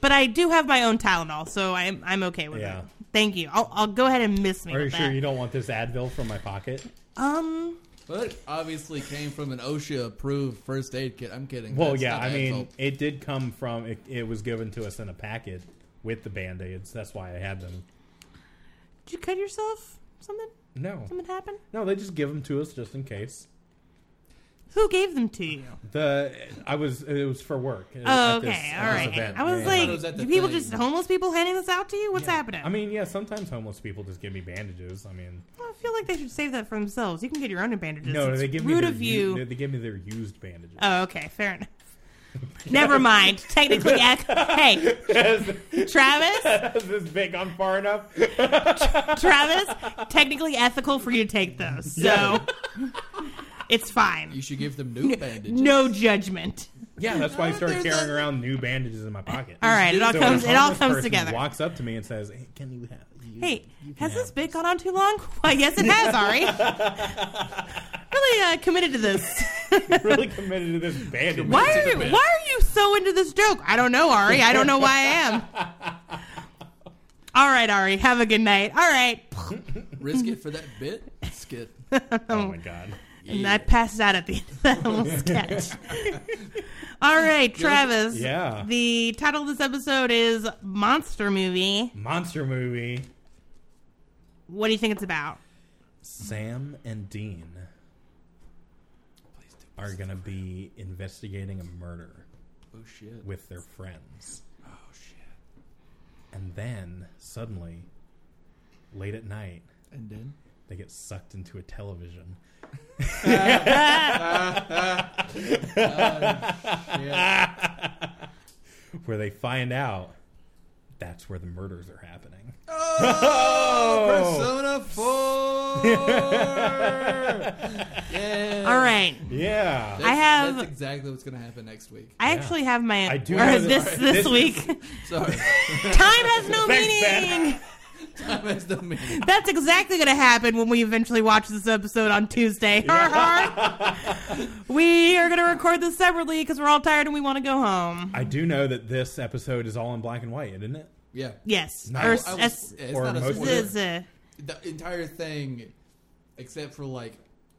Speaker 3: But I do have my own Tylenol, so I'm I'm okay with
Speaker 2: Yeah.
Speaker 3: it. Thank you. I'll, I'll go ahead and miss me.
Speaker 2: Are you
Speaker 3: with
Speaker 2: sure
Speaker 3: that.
Speaker 2: you don't want this Advil from my pocket?
Speaker 3: Um.
Speaker 1: But obviously came from an OSHA-approved first aid kit. I'm kidding.
Speaker 2: Well,
Speaker 1: That's
Speaker 2: yeah.
Speaker 1: not
Speaker 2: I mean,
Speaker 1: Advil.
Speaker 2: it did come from. It, it was given to us in a packet. with the band aids. That's why I had them.
Speaker 3: Did you cut yourself? Something?
Speaker 2: No,
Speaker 3: Something happened?
Speaker 2: no, they just give them to us just in case.
Speaker 3: Who gave them to you?
Speaker 2: The I was it was for work. at
Speaker 3: Oh,
Speaker 2: this-
Speaker 3: okay,
Speaker 2: at
Speaker 3: all
Speaker 2: this
Speaker 3: right.
Speaker 2: event.
Speaker 3: I was
Speaker 2: Yeah.
Speaker 1: it was at
Speaker 3: like,
Speaker 1: the
Speaker 3: you people
Speaker 1: thing.
Speaker 3: just homeless people handing this out to you? What's
Speaker 2: Yeah.
Speaker 3: happening?
Speaker 2: I mean, yeah, sometimes homeless people just give me bandages. I mean,
Speaker 3: I feel like they should save that for themselves. You can get your own bandages.
Speaker 2: no,
Speaker 3: It's
Speaker 2: they give me
Speaker 3: rude
Speaker 2: their
Speaker 3: of
Speaker 2: u-
Speaker 3: you.
Speaker 2: they- they give me their used bandages. [LAUGHS]
Speaker 3: Oh, okay, fair enough. Never mind. Technically, ac- hey, Travis,
Speaker 2: Is this big on far enough?
Speaker 3: Travis, technically ethical for you to take those, so it's
Speaker 1: You
Speaker 3: fine.
Speaker 1: should give them new bandages.
Speaker 3: No judgment.
Speaker 2: Yeah, that's why I started
Speaker 1: There's
Speaker 2: carrying
Speaker 1: a-
Speaker 2: around new bandages in my pocket.
Speaker 3: Oh, All right, it all
Speaker 2: So when a
Speaker 3: comes. It all
Speaker 2: homeless
Speaker 3: comes
Speaker 2: person
Speaker 3: together.
Speaker 2: Walks up to me and says, hey, "Can you have?" You, [LAUGHS]
Speaker 3: Hey,
Speaker 2: you can
Speaker 3: has this
Speaker 2: have-"
Speaker 3: bit gone on too long? [LAUGHS] Why, yes, it has,
Speaker 2: [LAUGHS]
Speaker 3: Ari. really uh, committed
Speaker 2: [LAUGHS]
Speaker 3: to this.
Speaker 2: really committed to this bandage?
Speaker 3: Why are you? Why are you so into this joke? I don't know, Ari. I don't know why I am.
Speaker 2: [LAUGHS]
Speaker 3: All right, Ari. Have a good night. All right.
Speaker 1: Risk it for that bit.
Speaker 3: [LAUGHS]
Speaker 1: Skit.
Speaker 2: Oh my god!
Speaker 3: And I passed out at the end
Speaker 2: [LAUGHS]
Speaker 3: of that little sketch. All right, Travis.
Speaker 2: Yeah.
Speaker 3: The title of this episode is Monster Movie.
Speaker 2: Monster movie.
Speaker 3: What do you think it's about?
Speaker 2: Sam and Dean
Speaker 1: Please do.
Speaker 2: are gonna be investigating a murder
Speaker 1: Oh shit.
Speaker 2: with their friends,
Speaker 1: Oh shit.
Speaker 2: and then suddenly, late at night,
Speaker 1: And then
Speaker 2: they get sucked into a television. where they find out that's where the murders are happening.
Speaker 3: Oh.
Speaker 1: Persona
Speaker 3: [LAUGHS]
Speaker 1: Four. yeah.
Speaker 2: Uh,
Speaker 3: All right.
Speaker 2: Yeah.
Speaker 1: That's-
Speaker 3: I have-
Speaker 1: That's exactly what's gonna happen next week. [LAUGHS]
Speaker 3: I
Speaker 2: Yeah.
Speaker 3: actually have my
Speaker 2: I do
Speaker 3: or
Speaker 2: have- [LAUGHS]
Speaker 3: this
Speaker 2: Alright,
Speaker 3: this
Speaker 2: this-
Speaker 3: week.
Speaker 1: Sorry.
Speaker 3: Time has no
Speaker 2: Thanks,
Speaker 3: meaning.
Speaker 2: Ben.
Speaker 1: Time has no meaning.
Speaker 3: That's exactly going to happen when we eventually watch this episode on Tuesday. [LAUGHS] we are going to record this separately because we're all tired and we want to go home.
Speaker 2: I do know that this episode is all in black and white, isn't it?
Speaker 1: Yeah.
Speaker 3: Yes.
Speaker 2: Nice.
Speaker 3: Or,
Speaker 2: I
Speaker 1: I was-
Speaker 3: s-
Speaker 1: it's
Speaker 2: or
Speaker 1: not a
Speaker 2: most-
Speaker 1: spoiler.
Speaker 3: s- z-
Speaker 1: The entire thing, except for like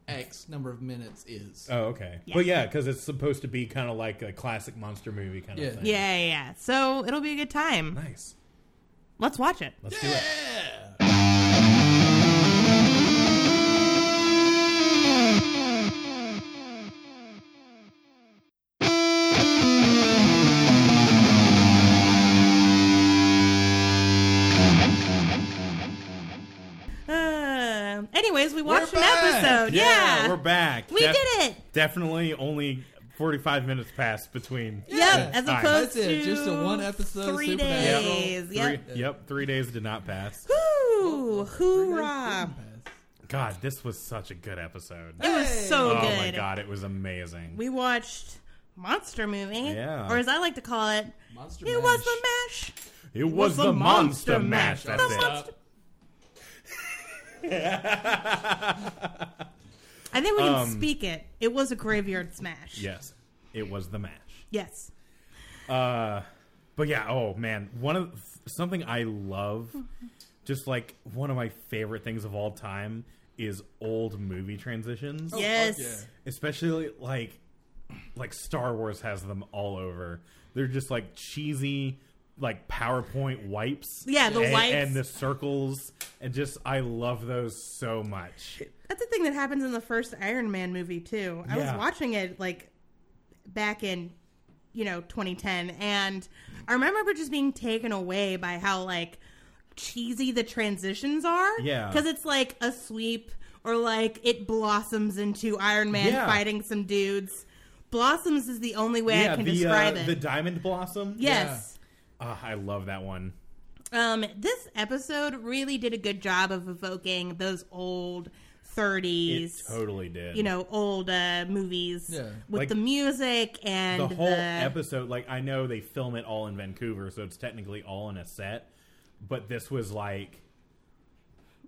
Speaker 1: X number of minutes, is.
Speaker 2: Oh, okay. But yeah, because it's supposed to be kind of like a classic monster movie kind
Speaker 1: Yeah.
Speaker 2: of thing.
Speaker 3: yeah, yeah, yeah. So it'll be a good time.
Speaker 2: Nice.
Speaker 3: Let's watch it.
Speaker 2: Let's do it.
Speaker 1: yeah.
Speaker 3: Uh, anyways, we watched
Speaker 1: We're
Speaker 3: an
Speaker 1: back.
Speaker 3: episode. Yeah.
Speaker 2: we're back.
Speaker 3: We
Speaker 2: Def-
Speaker 3: did it.
Speaker 2: Definitely only 45 minutes passed between.
Speaker 3: Yep. As
Speaker 2: Fine.
Speaker 3: opposed
Speaker 1: That's it.
Speaker 3: to
Speaker 1: Just a one episode
Speaker 3: three
Speaker 1: Supernatural.
Speaker 3: days. Yep.
Speaker 2: Three, yep, three days did not pass.
Speaker 3: Woo!
Speaker 1: Nice
Speaker 3: Hoorah!
Speaker 1: Game Pass.
Speaker 2: God, this was such a good episode.
Speaker 3: It was so
Speaker 2: oh
Speaker 3: good.
Speaker 2: my god, it was amazing.
Speaker 3: We watched Monster Movie.
Speaker 2: Yeah.
Speaker 3: Or as I like to call it,
Speaker 1: Monster
Speaker 3: it
Speaker 1: Mash.
Speaker 3: was the mash.
Speaker 2: It was the Monster Mash.
Speaker 1: Mash.
Speaker 2: That's
Speaker 1: The
Speaker 2: it.
Speaker 1: Monster-
Speaker 3: I think we can
Speaker 2: Um,
Speaker 3: speak it. It was a graveyard smash.
Speaker 2: Yes, it was the Mash.
Speaker 3: Yes.
Speaker 2: Uh, but yeah, oh man, one of something I love, just like one of my favorite things of all time is old movie transitions.
Speaker 1: Oh, fuck
Speaker 3: Yes.
Speaker 1: yeah.
Speaker 2: especially like like Star Wars has them all over. They're just like cheesy like PowerPoint wipes.
Speaker 3: Yeah, the
Speaker 2: and,
Speaker 3: wipes.
Speaker 2: and the circles and just I love those so much.
Speaker 3: That's the thing that happens in the first Iron Man movie too. I
Speaker 2: Yeah.
Speaker 3: was watching it like back in you know 2010 and I remember just being taken away by how like cheesy the transitions are.
Speaker 2: Yeah.
Speaker 3: Cuz it's like a sweep or like it blossoms into Iron Man
Speaker 2: Yeah.
Speaker 3: fighting some dudes. Blossoms is the only way I
Speaker 2: yeah,
Speaker 3: can
Speaker 2: the
Speaker 3: describe
Speaker 2: uh,
Speaker 3: it.
Speaker 2: the diamond blossom.
Speaker 3: yes.
Speaker 2: Ah, I love that one.
Speaker 3: Um, this episode really did a good job of evoking those old
Speaker 2: It
Speaker 3: 30s,
Speaker 2: totally did.
Speaker 3: you know, old uh, movies
Speaker 1: Yeah.
Speaker 3: with
Speaker 2: Like,
Speaker 3: the music and
Speaker 2: the whole episode like I know they film it all in Vancouver, so it's technically all in a set, but this was like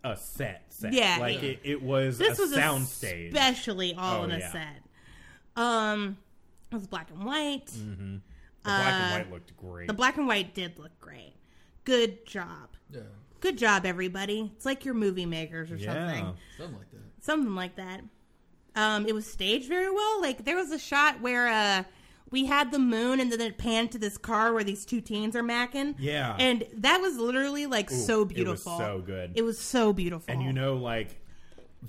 Speaker 2: a set set.
Speaker 3: Yeah,
Speaker 2: like
Speaker 3: yeah.
Speaker 2: It, it was
Speaker 3: This
Speaker 2: a
Speaker 3: was
Speaker 2: sound stage.
Speaker 3: especially all
Speaker 2: Oh,
Speaker 3: in a
Speaker 2: yeah.
Speaker 3: set. Um, it was black and white.
Speaker 2: Mm. The black and
Speaker 3: Uh,
Speaker 2: white looked great.
Speaker 3: The black and white did look great. Good job.
Speaker 1: Yeah.
Speaker 3: Good job, everybody. It's like your movie makers or something.
Speaker 1: Something like that.
Speaker 3: something like that. Um, it was staged very well. Like there was a shot where uh, we had the moon and then it panned to this car where these two teens are macking.
Speaker 2: Yeah.
Speaker 3: And that was literally like so
Speaker 2: it was
Speaker 3: beautiful.
Speaker 2: so good.
Speaker 3: It was so beautiful.
Speaker 2: And you know, like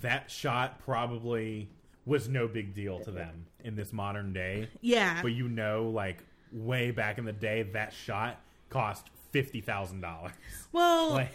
Speaker 2: that shot probably was no big deal to them in this modern day.
Speaker 3: Yeah.
Speaker 2: But you know, like way back in the day, that shot cost fifty thousand dollars. [LAUGHS]
Speaker 3: Well,
Speaker 2: Like,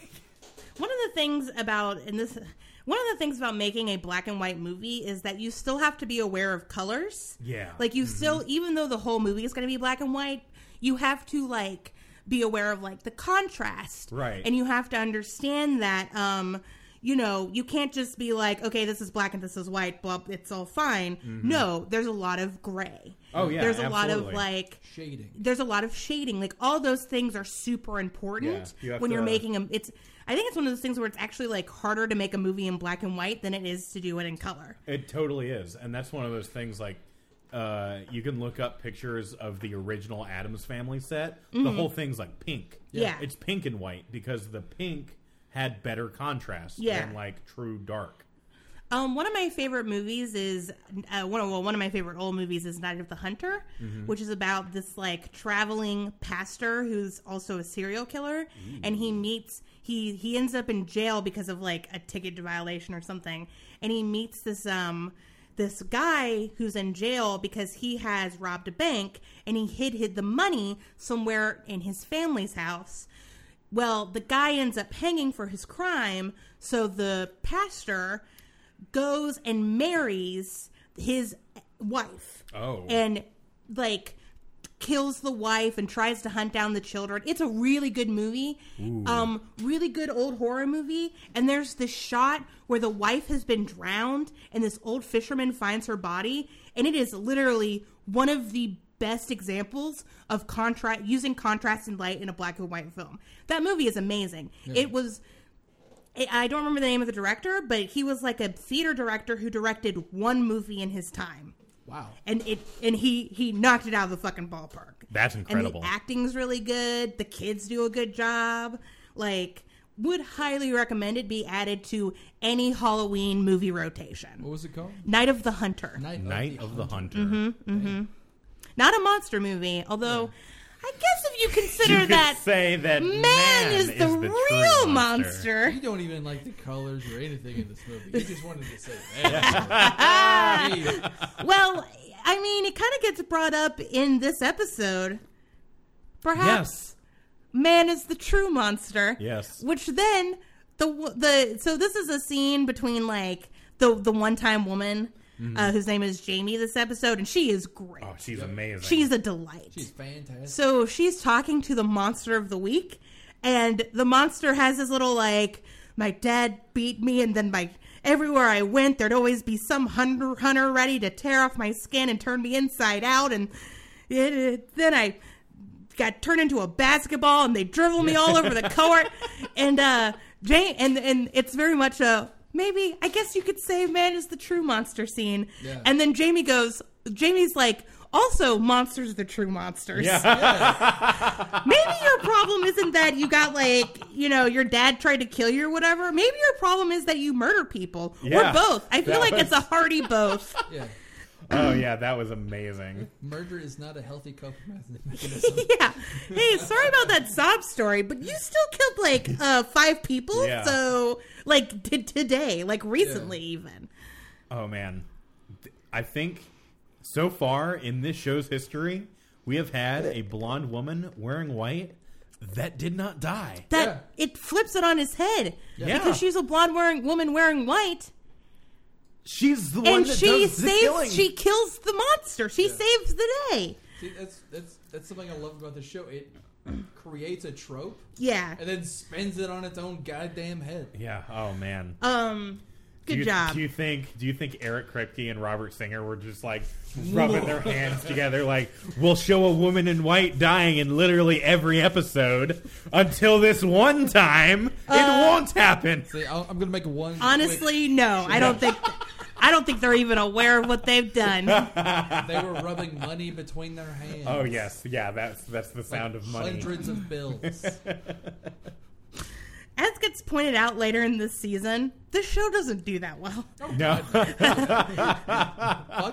Speaker 3: one of the things about and this one of the things about making a black and white movie is that you still have to be aware of colors.
Speaker 2: Yeah. Mm-hmm.
Speaker 3: Like you still even though the whole movie is going to be black and white, you have to like be aware of like the contrast.
Speaker 2: Right.
Speaker 3: And you have to understand that um you know, you can't just be like, okay, this is black and this is white, blah, it's all fine. No, there's a lot of gray.
Speaker 2: Mm-hmm. Oh, yeah,
Speaker 3: There's a lot
Speaker 2: absolutely.
Speaker 3: of like
Speaker 1: Shading.
Speaker 3: there's a lot of shading. Like all those things are super important
Speaker 2: Yeah, you have
Speaker 3: when
Speaker 2: to- uh,
Speaker 3: you're making them. It's I think it's one of those things where it's actually like harder to make a movie in black and white than it is to do it in color.
Speaker 2: It totally is, and that's one of those things like. Uh, you can look up pictures of the original Adams Family set. The whole thing's like pink.
Speaker 3: Mm-hmm. Yeah.
Speaker 2: it's pink and white because the pink had better contrast
Speaker 3: Yeah.
Speaker 2: than like true dark.
Speaker 3: Um, one of my favorite movies is uh, one of well, one of my favorite old movies is Night of the Hunter, which is about this like traveling pastor who's also a serial killer, and he meets he he ends up in jail because of like a ticket violation or something, and he meets this um this guy who's in jail because he has robbed a bank and he hid hid the money somewhere in his family's house. Well, the guy ends up hanging for his crime, so the pastor goes and marries his wife
Speaker 2: Oh,
Speaker 3: and like kills the wife and tries to hunt down the children. It's a really good movie. Um really good old horror movie and there's this shot where the wife has been drowned and this old fisherman finds her body and it is literally one of the best examples of contrast using contrast and light in a black and white film. That movie is amazing. It was I- I don't remember the name of the director, but he was like a theater director who directed one movie in his time
Speaker 1: Wow.
Speaker 3: and it and he he knocked it out of the fucking ballpark.
Speaker 2: That's incredible.
Speaker 3: And the acting's really good. The kids do a good job. Like, would highly recommend it be added to any Halloween movie rotation.
Speaker 1: What was it called?
Speaker 3: Night of the Hunter.
Speaker 1: Night,
Speaker 2: Night of the Hunter.
Speaker 3: Mm-hmm. Not a monster movie, although I guess if you consider
Speaker 2: you could
Speaker 3: that
Speaker 2: say that
Speaker 3: man, is, the real
Speaker 2: true
Speaker 3: monster.
Speaker 1: You don't even like the colors or anything in this movie. You just wanted to
Speaker 3: [LAUGHS]
Speaker 1: say, man. Jeez.
Speaker 3: well, I mean, it kind of gets brought up in this episode. Perhaps
Speaker 2: Yes.
Speaker 3: man is the true monster.
Speaker 2: Yes.
Speaker 3: Which then the the so this is a scene between like the the one time woman
Speaker 2: Mm-hmm.
Speaker 3: uh, whose name is Jamie this episode, and she is great.
Speaker 2: Oh, she's amazing.
Speaker 3: she's a delight.
Speaker 1: She's fantastic.
Speaker 3: so she's talking to the monster of the week, and the monster has this little like, my dad beat me, and then my everywhere I went, there'd always be some hunter hunter ready to tear off my skin and turn me inside out, and it, it- then I got turned into a basketball and they dribble me all over the court and uh Jane and and it's very much a maybe I guess you could say man is the true monster scene.
Speaker 1: Yeah.
Speaker 3: And then Jamie goes Jamie's like also monsters are the true monsters. Maybe your problem isn't that you got like, you know, your dad tried to kill you or whatever. Maybe your problem is that you murder people
Speaker 2: Yeah.
Speaker 3: or both. I feel
Speaker 2: That
Speaker 3: like
Speaker 2: was-
Speaker 3: it's a hearty both. [LAUGHS]
Speaker 1: yeah.
Speaker 2: oh yeah, that was amazing.
Speaker 1: Murder is not a healthy compromise
Speaker 3: [LAUGHS]
Speaker 1: mechanism.
Speaker 3: yeah. Hey, sorry about that sob story, but you still killed like uh five people.
Speaker 2: Yeah.
Speaker 3: So like t- today, like recently even.
Speaker 2: Oh man, Th- I think so far in this show's history, we have had a blonde woman wearing white that did not die.
Speaker 3: That it flips it on his head.
Speaker 2: Yeah.
Speaker 3: Because she's a blonde wearing woman wearing white.
Speaker 2: She's the one
Speaker 3: And
Speaker 2: that
Speaker 3: she
Speaker 2: does the killing.
Speaker 3: saves she kills the monster. She saves the day.
Speaker 1: See, that's that's that's something I love about the show. It creates a trope
Speaker 3: Yeah.
Speaker 1: and then spins it on its own goddamn head.
Speaker 2: Yeah. Oh man.
Speaker 3: Um
Speaker 2: do
Speaker 3: good
Speaker 2: you,
Speaker 3: job.
Speaker 2: Do you think? Do you think Eric Kripke and Robert Singer were just like rubbing their hands together, like we'll show a woman in white dying in literally every episode until this one time
Speaker 3: Uh,
Speaker 2: it won't happen.
Speaker 1: See, I'll, I'm gonna make one. quick-
Speaker 3: Honestly, no. I don't think I don't think they're even aware of what they've
Speaker 1: [LAUGHS]
Speaker 3: done.
Speaker 1: they were rubbing money between their hands.
Speaker 2: Oh yes, yeah. That's that's the sound of money.
Speaker 1: Hundreds of
Speaker 2: [LAUGHS]
Speaker 1: bills.
Speaker 3: As gets pointed out later in
Speaker 2: [LAUGHS]
Speaker 3: [LAUGHS] this season, this show doesn't do that well.
Speaker 2: No.
Speaker 1: Fuck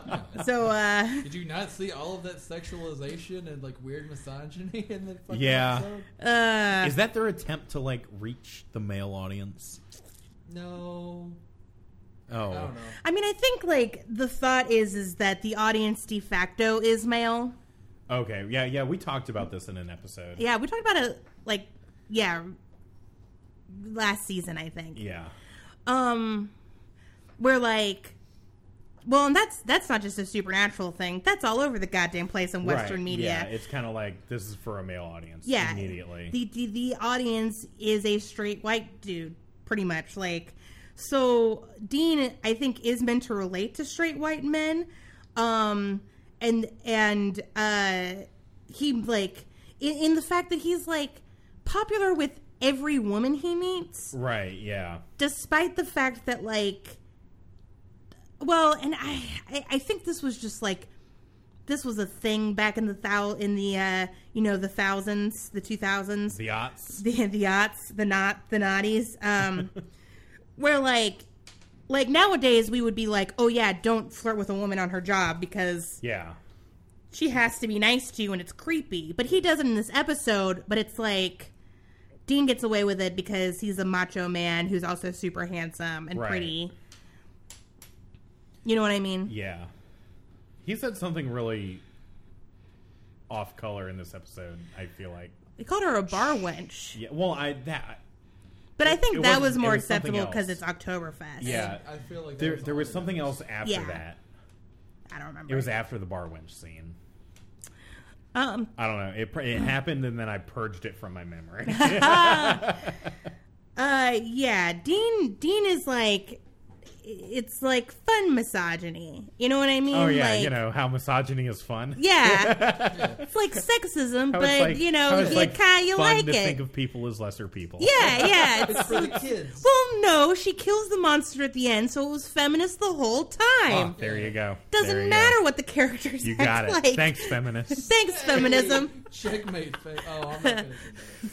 Speaker 1: no.
Speaker 3: So uh
Speaker 1: Did you not see all of that sexualization and like weird misogyny in the fucking
Speaker 2: Yeah.
Speaker 1: episode?
Speaker 3: uh
Speaker 5: Is that their attempt to like reach the male audience?
Speaker 1: No,
Speaker 5: Oh,
Speaker 1: I don't know.
Speaker 3: I mean I think like the thought is is that the audience de facto is male.
Speaker 2: Okay, yeah, yeah, we talked about this in an episode.
Speaker 3: Yeah, we talked about it like yeah last season I think.
Speaker 2: Yeah.
Speaker 3: um we're like well and that's that's not just a supernatural thing that's all over the goddamn place in western
Speaker 2: Right, Yeah,
Speaker 3: media
Speaker 2: it's kind of like this is for a male audience.
Speaker 3: yeah,
Speaker 2: immediately.
Speaker 3: the, the the audience is a straight white dude pretty much like so dean i think is meant to relate to straight white men um and and uh he like in, in the fact that he's like popular with every woman he meets
Speaker 2: right. Yeah.
Speaker 3: despite the fact that like well and i i, I think this was just like this was a thing back in the thou in the uh you know the thousands the two thousands
Speaker 2: The yachts.
Speaker 3: the the yachts the not the naughties um where like like nowadays we would be like oh yeah don't flirt with a woman on her job because
Speaker 2: Yeah.
Speaker 3: she has to be nice to you and it's creepy but he does it in this episode but it's like dean gets away with it because he's a macho man who's also super handsome and
Speaker 2: Right.
Speaker 3: pretty you know what i mean
Speaker 2: Yeah. He said something really off color in this episode. I feel like.
Speaker 3: they called her a bar wench
Speaker 2: Yeah. Well, I that.
Speaker 3: but i think
Speaker 2: It
Speaker 3: that
Speaker 2: wasn't-
Speaker 3: was
Speaker 2: it
Speaker 3: more
Speaker 2: was something
Speaker 3: acceptable because
Speaker 2: else.
Speaker 3: it's oktoberfest
Speaker 2: Yeah.
Speaker 1: I feel like that
Speaker 2: There, there
Speaker 1: all
Speaker 2: was
Speaker 1: of
Speaker 2: something
Speaker 1: it.
Speaker 2: else after
Speaker 3: Yeah.
Speaker 2: that.
Speaker 3: i don't remember
Speaker 2: It was after the bar wench scene.
Speaker 3: um
Speaker 2: I don't know. It pr- it happened, and then I purged it from my
Speaker 3: [LAUGHS]
Speaker 2: memory.
Speaker 3: uh yeah dean dean is like it's like fun misogyny you know what i
Speaker 2: [LAUGHS]
Speaker 3: mean
Speaker 2: oh yeah,
Speaker 3: like,
Speaker 2: you know how misogyny is fun. [LAUGHS]
Speaker 3: yeah it's like sexism
Speaker 2: How
Speaker 3: but
Speaker 2: it's like-
Speaker 3: you
Speaker 2: how
Speaker 3: know
Speaker 2: it's
Speaker 3: you,
Speaker 2: like
Speaker 3: kinda- you
Speaker 2: fun
Speaker 3: like
Speaker 2: to
Speaker 3: it
Speaker 2: think of people as lesser people.
Speaker 3: Yeah, yeah.
Speaker 1: It's
Speaker 2: [LAUGHS]
Speaker 3: It's,
Speaker 1: for the kids.
Speaker 3: well, no, she kills the monster at the end, so it was feminist the whole time.
Speaker 2: Oh, there you go. There
Speaker 3: Doesn't
Speaker 2: you
Speaker 3: matter
Speaker 2: Go.
Speaker 3: what the characters
Speaker 2: You
Speaker 3: act
Speaker 2: got it.
Speaker 3: like.
Speaker 2: Thanks, feminists.
Speaker 3: Thanks, [LAUGHS] feminism.
Speaker 2: [LAUGHS]
Speaker 1: Checkmate. Fa- oh, I'm not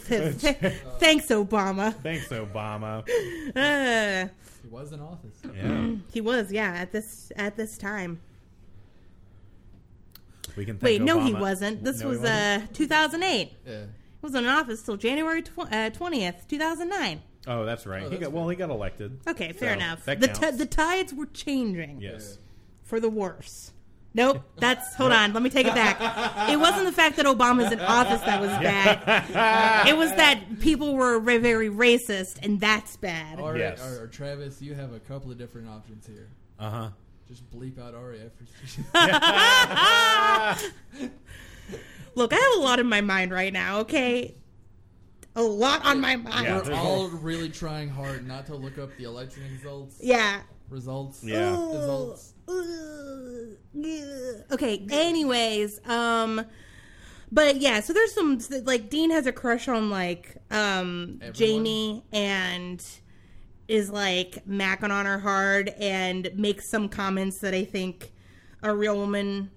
Speaker 1: finishing that.
Speaker 3: [LAUGHS] Thanks, Obama.
Speaker 2: Thanks,
Speaker 3: [LAUGHS]
Speaker 2: Obama.
Speaker 3: Uh,
Speaker 1: He was in
Speaker 3: [LAUGHS]
Speaker 1: office.
Speaker 2: Yeah,
Speaker 3: he was, yeah, at this at this time.
Speaker 2: we can. Thank
Speaker 3: Wait, no, he
Speaker 2: Obama.
Speaker 3: wasn't. This
Speaker 2: No, he
Speaker 3: was
Speaker 2: wasn't?
Speaker 3: uh 2008. He
Speaker 1: Yeah.
Speaker 3: was in office till January tw- uh, 20th, 2009.
Speaker 2: Oh, that's right.
Speaker 1: Oh,
Speaker 2: he
Speaker 1: that's
Speaker 2: got, well, he got elected.
Speaker 3: Okay, fair
Speaker 2: So,
Speaker 3: enough.
Speaker 2: that
Speaker 3: The t-
Speaker 2: counts.
Speaker 3: the tides were changing.
Speaker 2: Yes.
Speaker 3: for the worse. Nope, that's hold on. Let me take it back. It wasn't the fact that Obama's in office that was bad. It was that people were ra- very racist, and that's bad.
Speaker 1: All right,
Speaker 2: Yes.
Speaker 1: all right, Travis, you have a couple of different options here.
Speaker 2: Uh huh.
Speaker 1: Just bleep out Ari after.
Speaker 2: Uh-huh.
Speaker 3: [LAUGHS] Look, I have a lot in my mind right now. Okay, a lot on my mind.
Speaker 2: [LAUGHS] Yeah.
Speaker 3: Yeah.
Speaker 1: We're all really trying hard not to look up the election results. Results.
Speaker 2: Yeah.
Speaker 3: Ugh,
Speaker 1: Results.
Speaker 3: ugh, ugh. Okay. Anyways, um, but yeah, so there's some like Dean has a crush on like um
Speaker 1: Everyone.
Speaker 3: Jamie and is like macking on her hard and makes some comments that I think a real woman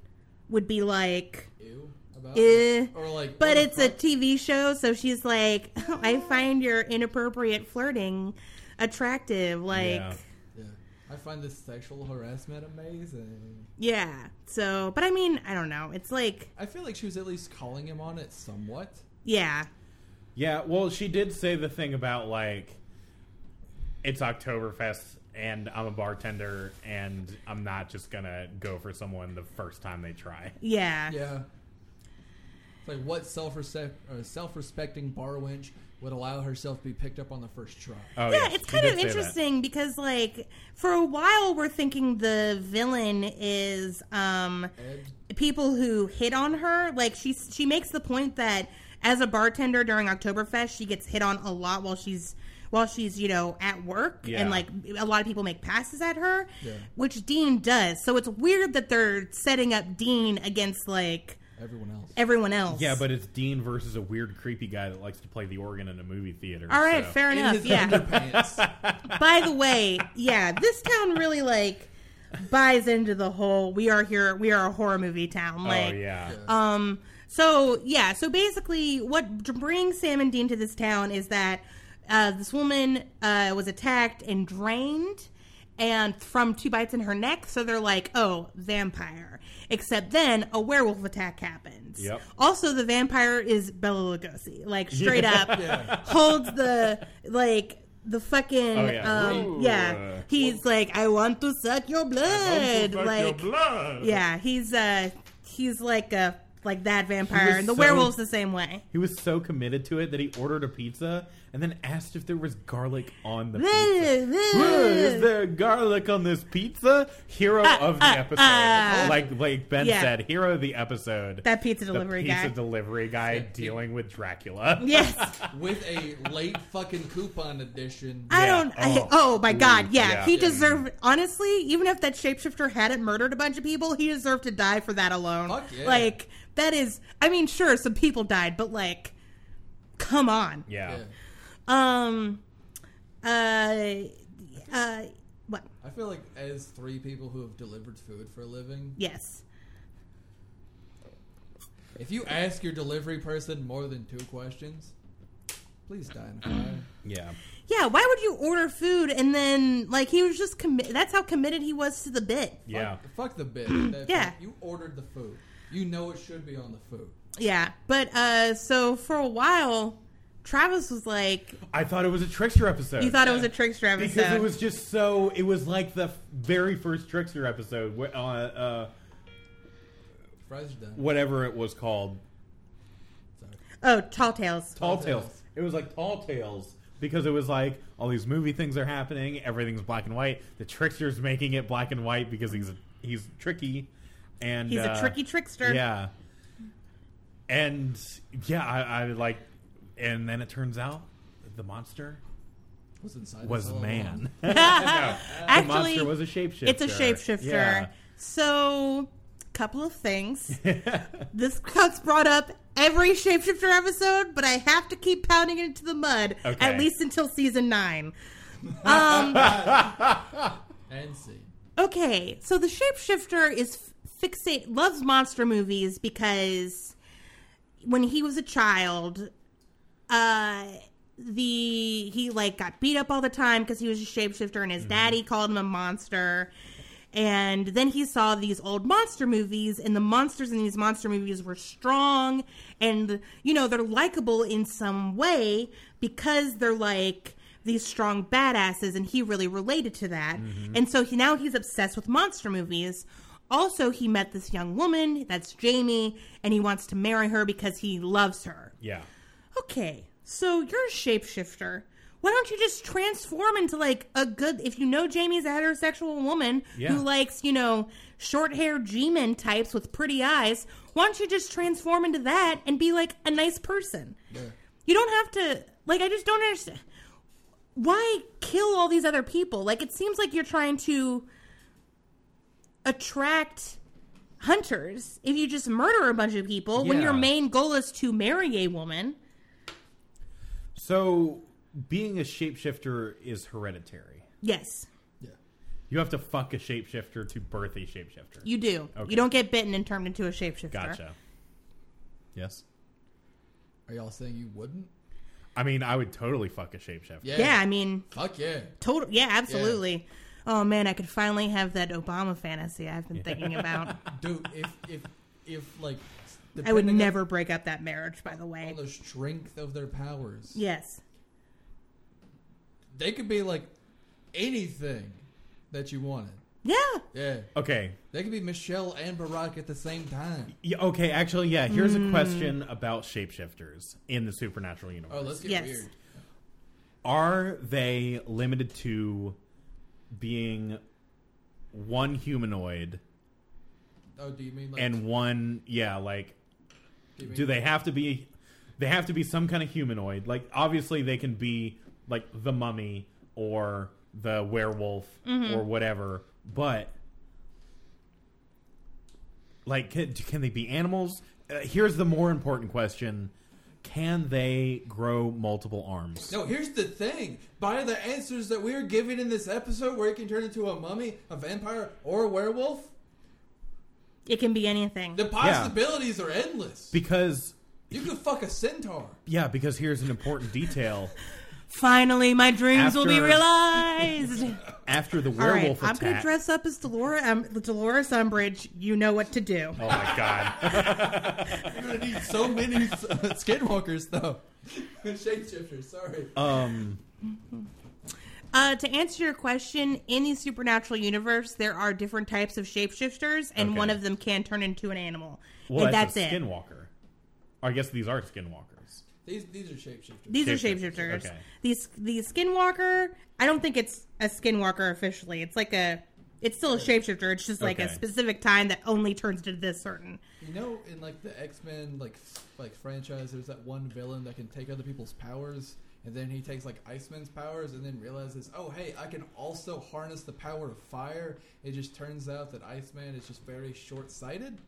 Speaker 3: would be like.
Speaker 1: Ew. About
Speaker 3: Eh.
Speaker 1: Or like.
Speaker 3: But
Speaker 1: what the
Speaker 3: it's a
Speaker 1: fuck?
Speaker 3: TV show, so she's like, [LAUGHS] I find your inappropriate flirting attractive. Like,
Speaker 2: Yeah.
Speaker 1: Yeah. I find this sexual harassment amazing.
Speaker 3: Yeah. So, but I mean, I don't know. It's like,
Speaker 1: I feel like she was at least calling him on it somewhat.
Speaker 3: yeah,
Speaker 2: [LAUGHS] Yeah. Well, she did say the thing about like it's Oktoberfest and I'm a bartender and I'm not just gonna go for someone the first time they try.
Speaker 3: yeah,
Speaker 1: Yeah. It's like what self-respect, uh, self-respecting bar wench would allow herself to be picked up on the first try?
Speaker 2: Oh,
Speaker 3: Yeah,
Speaker 2: yes,
Speaker 3: it's
Speaker 2: she
Speaker 3: kind
Speaker 2: did
Speaker 3: of
Speaker 2: say that.
Speaker 3: interesting because, like, for a while we're thinking the villain is um
Speaker 1: Ed,
Speaker 3: people who hit on her. Like, she she makes the point that as a bartender during Oktoberfest, she gets hit on a lot while she's while she's you know at work,
Speaker 2: Yeah.
Speaker 3: and like a lot of people make passes at her,
Speaker 1: Yeah.
Speaker 3: which Dean does. So it's weird that they're setting up Dean against like
Speaker 1: everyone else.
Speaker 3: everyone else.
Speaker 2: Yeah, but it's Dean versus a weird, creepy guy that likes to play the organ in a movie theater.
Speaker 3: All right,
Speaker 2: so-
Speaker 3: fair
Speaker 1: In
Speaker 3: enough.
Speaker 1: his
Speaker 3: Yeah.
Speaker 1: underpants.
Speaker 3: By the way, yeah, this town really like buys into the whole we are here we are a horror movie town.
Speaker 2: Oh
Speaker 3: Like
Speaker 2: yeah.
Speaker 3: um so yeah, so basically what d- brings Sam and Dean to this town is that uh, this woman uh, was attacked and drained and from two bites in her neck. So they're like, oh, vampire. Except then a werewolf attack happens.
Speaker 6: Yep.
Speaker 3: Also, the vampire is Bella Lugosi, like
Speaker 6: [LAUGHS]
Speaker 3: straight
Speaker 6: Yeah.
Speaker 3: up holds the like the fucking
Speaker 6: Oh, yeah.
Speaker 3: um,
Speaker 6: Ooh.
Speaker 3: yeah. He's like, I want to suck your blood. Like, yeah, he's uh, he's like a like that vampire,
Speaker 2: was
Speaker 3: and the
Speaker 2: so-
Speaker 3: werewolf's the
Speaker 6: [LAUGHS]
Speaker 3: same way.
Speaker 2: He was so committed to it that he ordered a pizza and then asked if there was garlic on the pizza. Is
Speaker 3: yeah,
Speaker 2: there garlic on this pizza? Hero of the episode,
Speaker 3: ah.
Speaker 2: like like Ben
Speaker 3: Yeah.
Speaker 2: said, hero of the episode.
Speaker 3: That pizza
Speaker 2: The
Speaker 3: delivery
Speaker 2: pizza
Speaker 3: guy.
Speaker 6: delivery guy dealing with Dracula. [LAUGHS]
Speaker 3: [LAUGHS] yes.
Speaker 1: with a late fucking coupon edition.
Speaker 6: Yeah.
Speaker 3: I don't. I,
Speaker 6: Oh.
Speaker 3: oh my god! Yeah,
Speaker 6: yeah.
Speaker 3: he deserved. Honestly, even if that shapeshifter hadn't murdered a bunch of people, he deserved to die for that alone.
Speaker 1: Fuck yeah.
Speaker 3: Like that is. I mean, sure, some people died, but like, come on.
Speaker 6: Yeah.
Speaker 1: Yeah.
Speaker 3: Um. Uh. Uh. What?
Speaker 1: I feel like as three people who have delivered food for a living,
Speaker 3: Yes.
Speaker 1: if you ask your delivery person more than two questions, please die in a fire.
Speaker 2: Yeah,
Speaker 3: Yeah. Why would you order food and then like he was just commi- That's how committed he was to the bit.
Speaker 6: Yeah.
Speaker 1: Fuck, fuck the
Speaker 3: [CLEARS THROAT]
Speaker 1: bit. That-
Speaker 3: Yeah.
Speaker 1: You ordered the food. You know it should be on the food.
Speaker 3: Yeah. But uh. So for a while, Travis was like,
Speaker 2: I thought it was a trickster episode.
Speaker 3: you thought it was a trickster episode.
Speaker 2: Uh, because it was just so. It was like the f- very first trickster episode. Where, uh, uh,
Speaker 1: Fries are done.
Speaker 2: whatever it was called,
Speaker 1: Sorry.
Speaker 3: Oh, Tall Tales.
Speaker 2: Tall
Speaker 1: Tall Tales.
Speaker 2: Tales. It was like Tall Tales because it was like all these movie things are happening. Everything's black and white. The trickster's making it black and white because he's he's tricky, and
Speaker 3: He's
Speaker 2: uh,
Speaker 3: a tricky trickster.
Speaker 2: Yeah, and yeah, I, I like, and then it turns out the monster
Speaker 1: Was inside
Speaker 2: was
Speaker 1: this
Speaker 2: a
Speaker 1: all
Speaker 2: man. [LAUGHS] the
Speaker 3: Oh. Actually,
Speaker 2: monster was a shapeshifter.
Speaker 3: it's a shapeshifter.
Speaker 2: Yeah.
Speaker 3: So, couple
Speaker 2: [LAUGHS]
Speaker 3: of things. this cuts brought up every shapeshifter episode, but I have to keep pounding it into the mud
Speaker 2: Okay.
Speaker 3: at least until season nine.
Speaker 1: along. And see.
Speaker 3: Okay, so the shapeshifter is fixate loves monster movies because when he was a child, uh the he like got beat up all the time because he was a shapeshifter and his daddy called him a monster. And then he saw these old monster movies, and the monsters in these monster movies were strong and, you know, they're likable in some way because they're like these strong badasses, and he really related to that. And so he, now he's obsessed with monster movies. Also, he met this young woman, that's Jamie, and he wants to marry her because he loves her.
Speaker 6: Yeah.
Speaker 3: Okay, so you're a shapeshifter. Why don't you just transform into like a good? If you know Jamie's a heterosexual woman
Speaker 2: Yeah.
Speaker 3: who likes, you know, short haired G men types with pretty eyes, why don't you just transform into that and be like a nice person? You don't have to. Like, I just don't understand. Why kill all these other people? Like, it seems like you're trying to attract hunters if you just murder a bunch of people when your
Speaker 2: Yeah.
Speaker 3: main goal is to marry a woman.
Speaker 2: So being a shapeshifter is hereditary.
Speaker 3: Yes,
Speaker 1: Yeah.
Speaker 2: You have to fuck a shapeshifter to birth a shapeshifter.
Speaker 3: you do.
Speaker 2: Okay.
Speaker 3: You don't get bitten and turned into a shapeshifter.
Speaker 2: gotcha. Yes.
Speaker 1: Are y'all saying you wouldn't?
Speaker 2: I mean, I would totally fuck a shapeshifter.
Speaker 1: Yeah.
Speaker 3: Yeah, I mean,
Speaker 1: Fuck yeah.
Speaker 3: total. Yeah, absolutely. Oh man, I could finally have that Obama fantasy I've been
Speaker 2: [LAUGHS]
Speaker 3: thinking about.
Speaker 1: Dude, if, if, if like.
Speaker 3: I would
Speaker 1: depending on-
Speaker 3: never break up that marriage, by the way.
Speaker 1: On the strength of their powers.
Speaker 3: Yes.
Speaker 1: They could be like anything that you wanted.
Speaker 3: Yeah.
Speaker 1: Yeah.
Speaker 2: Okay.
Speaker 1: They could be Michelle and Barack at the same time.
Speaker 2: Yeah, okay, actually, yeah, here's a question about shapeshifters in the supernatural universe.
Speaker 1: Oh, let's get
Speaker 3: Yes.
Speaker 1: weird.
Speaker 2: Are they limited to being one humanoid
Speaker 1: Oh, do you mean like
Speaker 2: and one, yeah, like
Speaker 1: you mean-
Speaker 2: do they have to be they have to be some kind of humanoid like obviously they can be like the mummy or the werewolf
Speaker 3: Mm-hmm.
Speaker 2: or whatever but like can, can they be animals uh, here's the more important question can they grow multiple arms
Speaker 1: No, here's the thing. By the answers that we are giving in this episode, where it can turn into a mummy, a vampire, or a werewolf,
Speaker 3: It can be anything.
Speaker 1: the possibilities are endless.
Speaker 2: because
Speaker 1: you could fuck a centaur.
Speaker 2: yeah because here's an important detail
Speaker 3: Finally, my dreams will be
Speaker 2: After- [LAUGHS]
Speaker 3: realized.
Speaker 2: After the
Speaker 3: All right,
Speaker 2: werewolf
Speaker 3: I'm
Speaker 2: attack.
Speaker 3: gonna dress up as Dolores, um, Dolores Umbridge. You know what to do.
Speaker 2: oh my
Speaker 3: [LAUGHS]
Speaker 2: god.
Speaker 1: You're gonna need so many s- uh, [LAUGHS] skinwalkers though. [LAUGHS] Shapeshifters, sorry.
Speaker 2: Um,
Speaker 3: Uh, to answer your question, in the supernatural universe, there are different types of shapeshifters, and
Speaker 2: Okay.
Speaker 3: one of them can turn into an animal.
Speaker 2: well,
Speaker 3: and
Speaker 2: that's,
Speaker 3: that's,
Speaker 2: a
Speaker 3: it.
Speaker 2: skinwalker. Or I guess these are skinwalkers.
Speaker 1: These these are shapeshifters.
Speaker 3: These are
Speaker 2: Shapeshifters,
Speaker 3: shapeshifters.
Speaker 2: okay.
Speaker 3: These the skinwalker. I don't think it's a skinwalker officially. It's like a. It's still a shapeshifter. It's just like a
Speaker 2: Okay.
Speaker 3: specific time that only turns to this certain.
Speaker 1: You know, in like the X Men like like franchise, there's that one villain that can take other people's powers, and then he takes like Iceman's powers, and then realizes, oh hey, I can also harness the power of fire. It just turns out that Iceman is just very short sighted.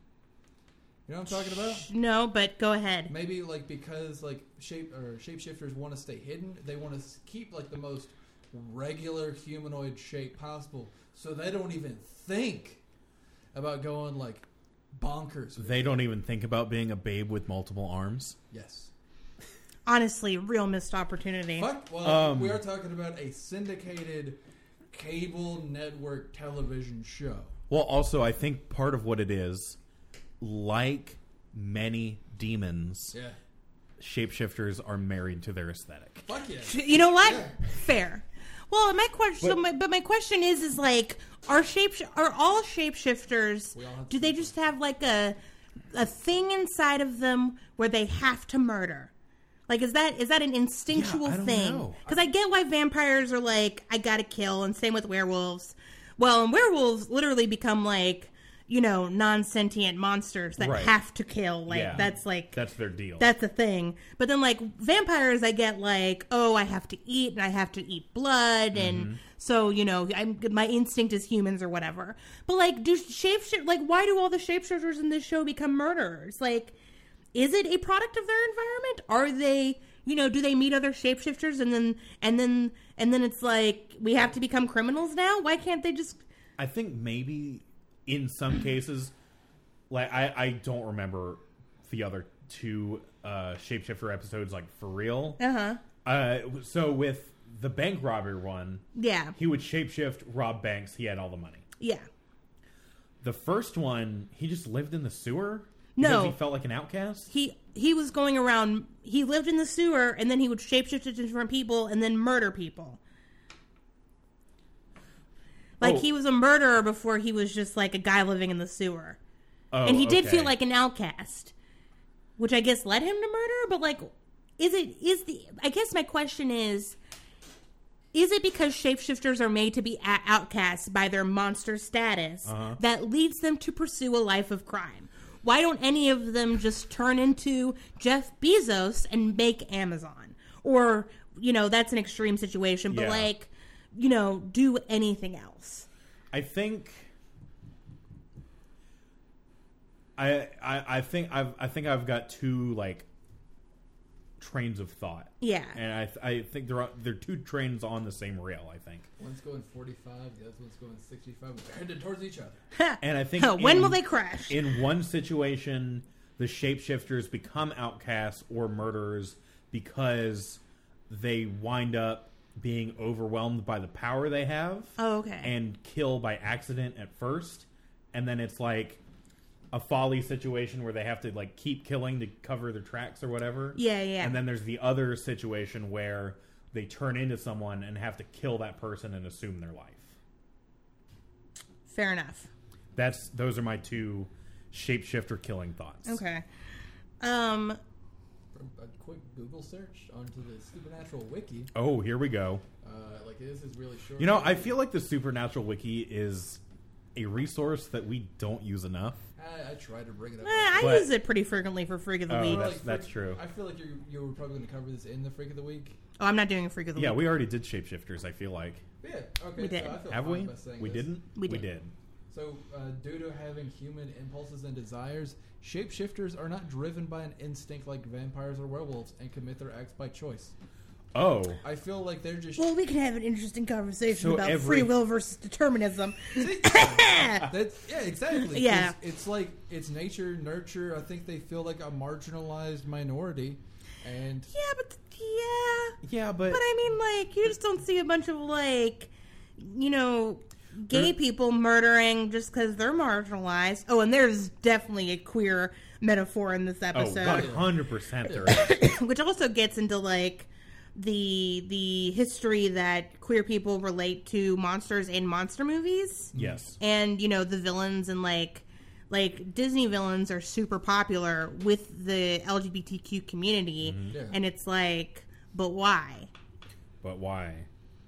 Speaker 1: You know what I'm talking about?
Speaker 3: No, but go ahead.
Speaker 1: Maybe like because like shape or shapeshifters want to stay hidden, they want to keep like the most regular humanoid shape possible, so they don't even think about going like bonkers. with it.
Speaker 2: They don't even think about being a babe with multiple arms.
Speaker 1: yes.
Speaker 3: Honestly, real missed opportunity.
Speaker 1: Fuck. Well,
Speaker 2: Um,
Speaker 1: we are talking about a syndicated cable network television show.
Speaker 2: Well, also, I think part of what it is, like many demons,
Speaker 1: Yeah.
Speaker 2: shapeshifters are married to their aesthetic.
Speaker 1: Fuck yeah.
Speaker 3: You know what?
Speaker 1: Yeah.
Speaker 3: Fair. Well, my question, but,
Speaker 2: But-
Speaker 3: my, but my question is, is like, are shape are all shapeshifters?
Speaker 1: We all have
Speaker 3: do they just have like a a thing inside of them where they have to murder? Like, is that is that an instinctual
Speaker 2: Yeah, I don't
Speaker 3: thing?
Speaker 2: know.
Speaker 3: Because I get why vampires are like, I gotta kill, and same with werewolves. Well, and werewolves literally become like, you know, non sentient monsters that
Speaker 2: Right.
Speaker 3: have to kill. Like
Speaker 2: Yeah.
Speaker 3: that's like
Speaker 2: That's their deal.
Speaker 3: that's a thing. But then like vampires, I get like, oh, I have to eat and I have to eat blood, and so you know, I'm my instinct is humans or whatever. But like, do shapeshift like why do all the shapeshifters in this show become murderers? Like, is it a product of their environment? Are they you know, do they meet other shapeshifters and then and then and then it's like we have to become criminals now? Why can't they just
Speaker 2: I think maybe in some cases, like I, I don't remember the other two uh, shapeshifter episodes like for real.
Speaker 3: uh huh
Speaker 2: Uh, so with the bank robbery one,
Speaker 3: yeah
Speaker 2: he would shapeshift, rob banks. He had all the money.
Speaker 3: yeah
Speaker 2: The first one, he just lived in the sewer.
Speaker 3: No.
Speaker 2: because he felt like an outcast.
Speaker 3: he he was going around he lived in the sewer and then he would shapeshift to different people and then murder people like
Speaker 2: Oh.
Speaker 3: he was a murderer before he was just like a guy living in the sewer
Speaker 2: Oh,
Speaker 3: and he did feel
Speaker 2: okay.
Speaker 3: like an outcast which i guess led him to murder but like is it is the i guess my question is is it because shapeshifters are made to be a- outcasts by their monster status
Speaker 2: Uh-huh.
Speaker 3: that leads them to pursue a life of crime why don't any of them just turn into jeff bezos and make amazon or you know that's an extreme situation but
Speaker 2: Yeah.
Speaker 3: like you know do anything else
Speaker 2: I think. I, I I think I've I think I've got two like trains of thought.
Speaker 3: yeah
Speaker 2: and I th- I think they're they're two trains on the same rail. I think,
Speaker 1: One's going 45, the other one's going 65. We're headed towards each other.
Speaker 3: [LAUGHS]
Speaker 2: and I think
Speaker 3: when
Speaker 2: in-
Speaker 3: will they crash
Speaker 2: In one situation, the shapeshifters become outcasts or murderers because they wind up being overwhelmed by the power they have.
Speaker 3: Oh, okay.
Speaker 2: And kill by accident at first, and then it's like a folly situation where they have to like keep killing to cover their tracks or whatever.
Speaker 3: Yeah, yeah.
Speaker 2: And then there's the other situation where they turn into someone and have to kill that person and assume their life.
Speaker 3: fair enough
Speaker 2: That's those are my two shapeshifter killing thoughts.
Speaker 3: Okay. Um.
Speaker 1: From a quick Google search onto the supernatural wiki,
Speaker 2: Oh, here we go.
Speaker 1: uh, like this is really short.
Speaker 2: You know, I feel like the supernatural wiki is a resource that we don't use enough.
Speaker 1: I, I try to bring it up.
Speaker 3: eh, I
Speaker 2: But-
Speaker 3: use it pretty frequently for Freak of the
Speaker 2: Oh,
Speaker 3: Week.
Speaker 2: that's-
Speaker 1: Like,
Speaker 2: that's
Speaker 1: freak-
Speaker 2: true.
Speaker 1: I feel like you you were probably going to cover this in the freak of the week.
Speaker 3: Oh, I'm not doing a Freak of the
Speaker 2: Yeah,
Speaker 3: Week.
Speaker 2: we already did shapeshifters. I feel like
Speaker 1: Yeah. Okay.
Speaker 3: We did.
Speaker 1: So I feel
Speaker 2: have
Speaker 1: fine
Speaker 2: we?
Speaker 1: By saying
Speaker 2: We
Speaker 1: this.
Speaker 2: didn't.
Speaker 3: We did.
Speaker 1: So, uh, due to having human impulses and desires, shapeshifters are not driven by an instinct like vampires or werewolves and commit their acts by choice.
Speaker 2: Oh,
Speaker 1: I feel like they're just.
Speaker 3: Well, we can have an interesting conversation
Speaker 2: So
Speaker 3: about
Speaker 2: every-
Speaker 3: free will versus [LAUGHS] determinism. [COUGHS]
Speaker 1: That's, yeah, exactly. 'Cause
Speaker 3: Yeah.
Speaker 1: It's like it's nature, nurture. I think they feel like a marginalized minority, And
Speaker 3: Yeah, but th- yeah.
Speaker 2: Yeah, but,
Speaker 3: But I mean, like, you just don't see a bunch of like, you know, gay people murdering just because they're marginalized. Oh, and there's definitely a queer metaphor in this
Speaker 2: oh,
Speaker 3: episode,
Speaker 2: 100 percent there
Speaker 3: [LAUGHS]
Speaker 2: is.
Speaker 3: which also gets into like the the history that queer people relate to monsters in monster movies
Speaker 2: yes.
Speaker 3: and you know the villains and like like Disney villains are super popular with the LGBTQ community,
Speaker 1: Yeah.
Speaker 3: and it's like, but why?
Speaker 2: But why?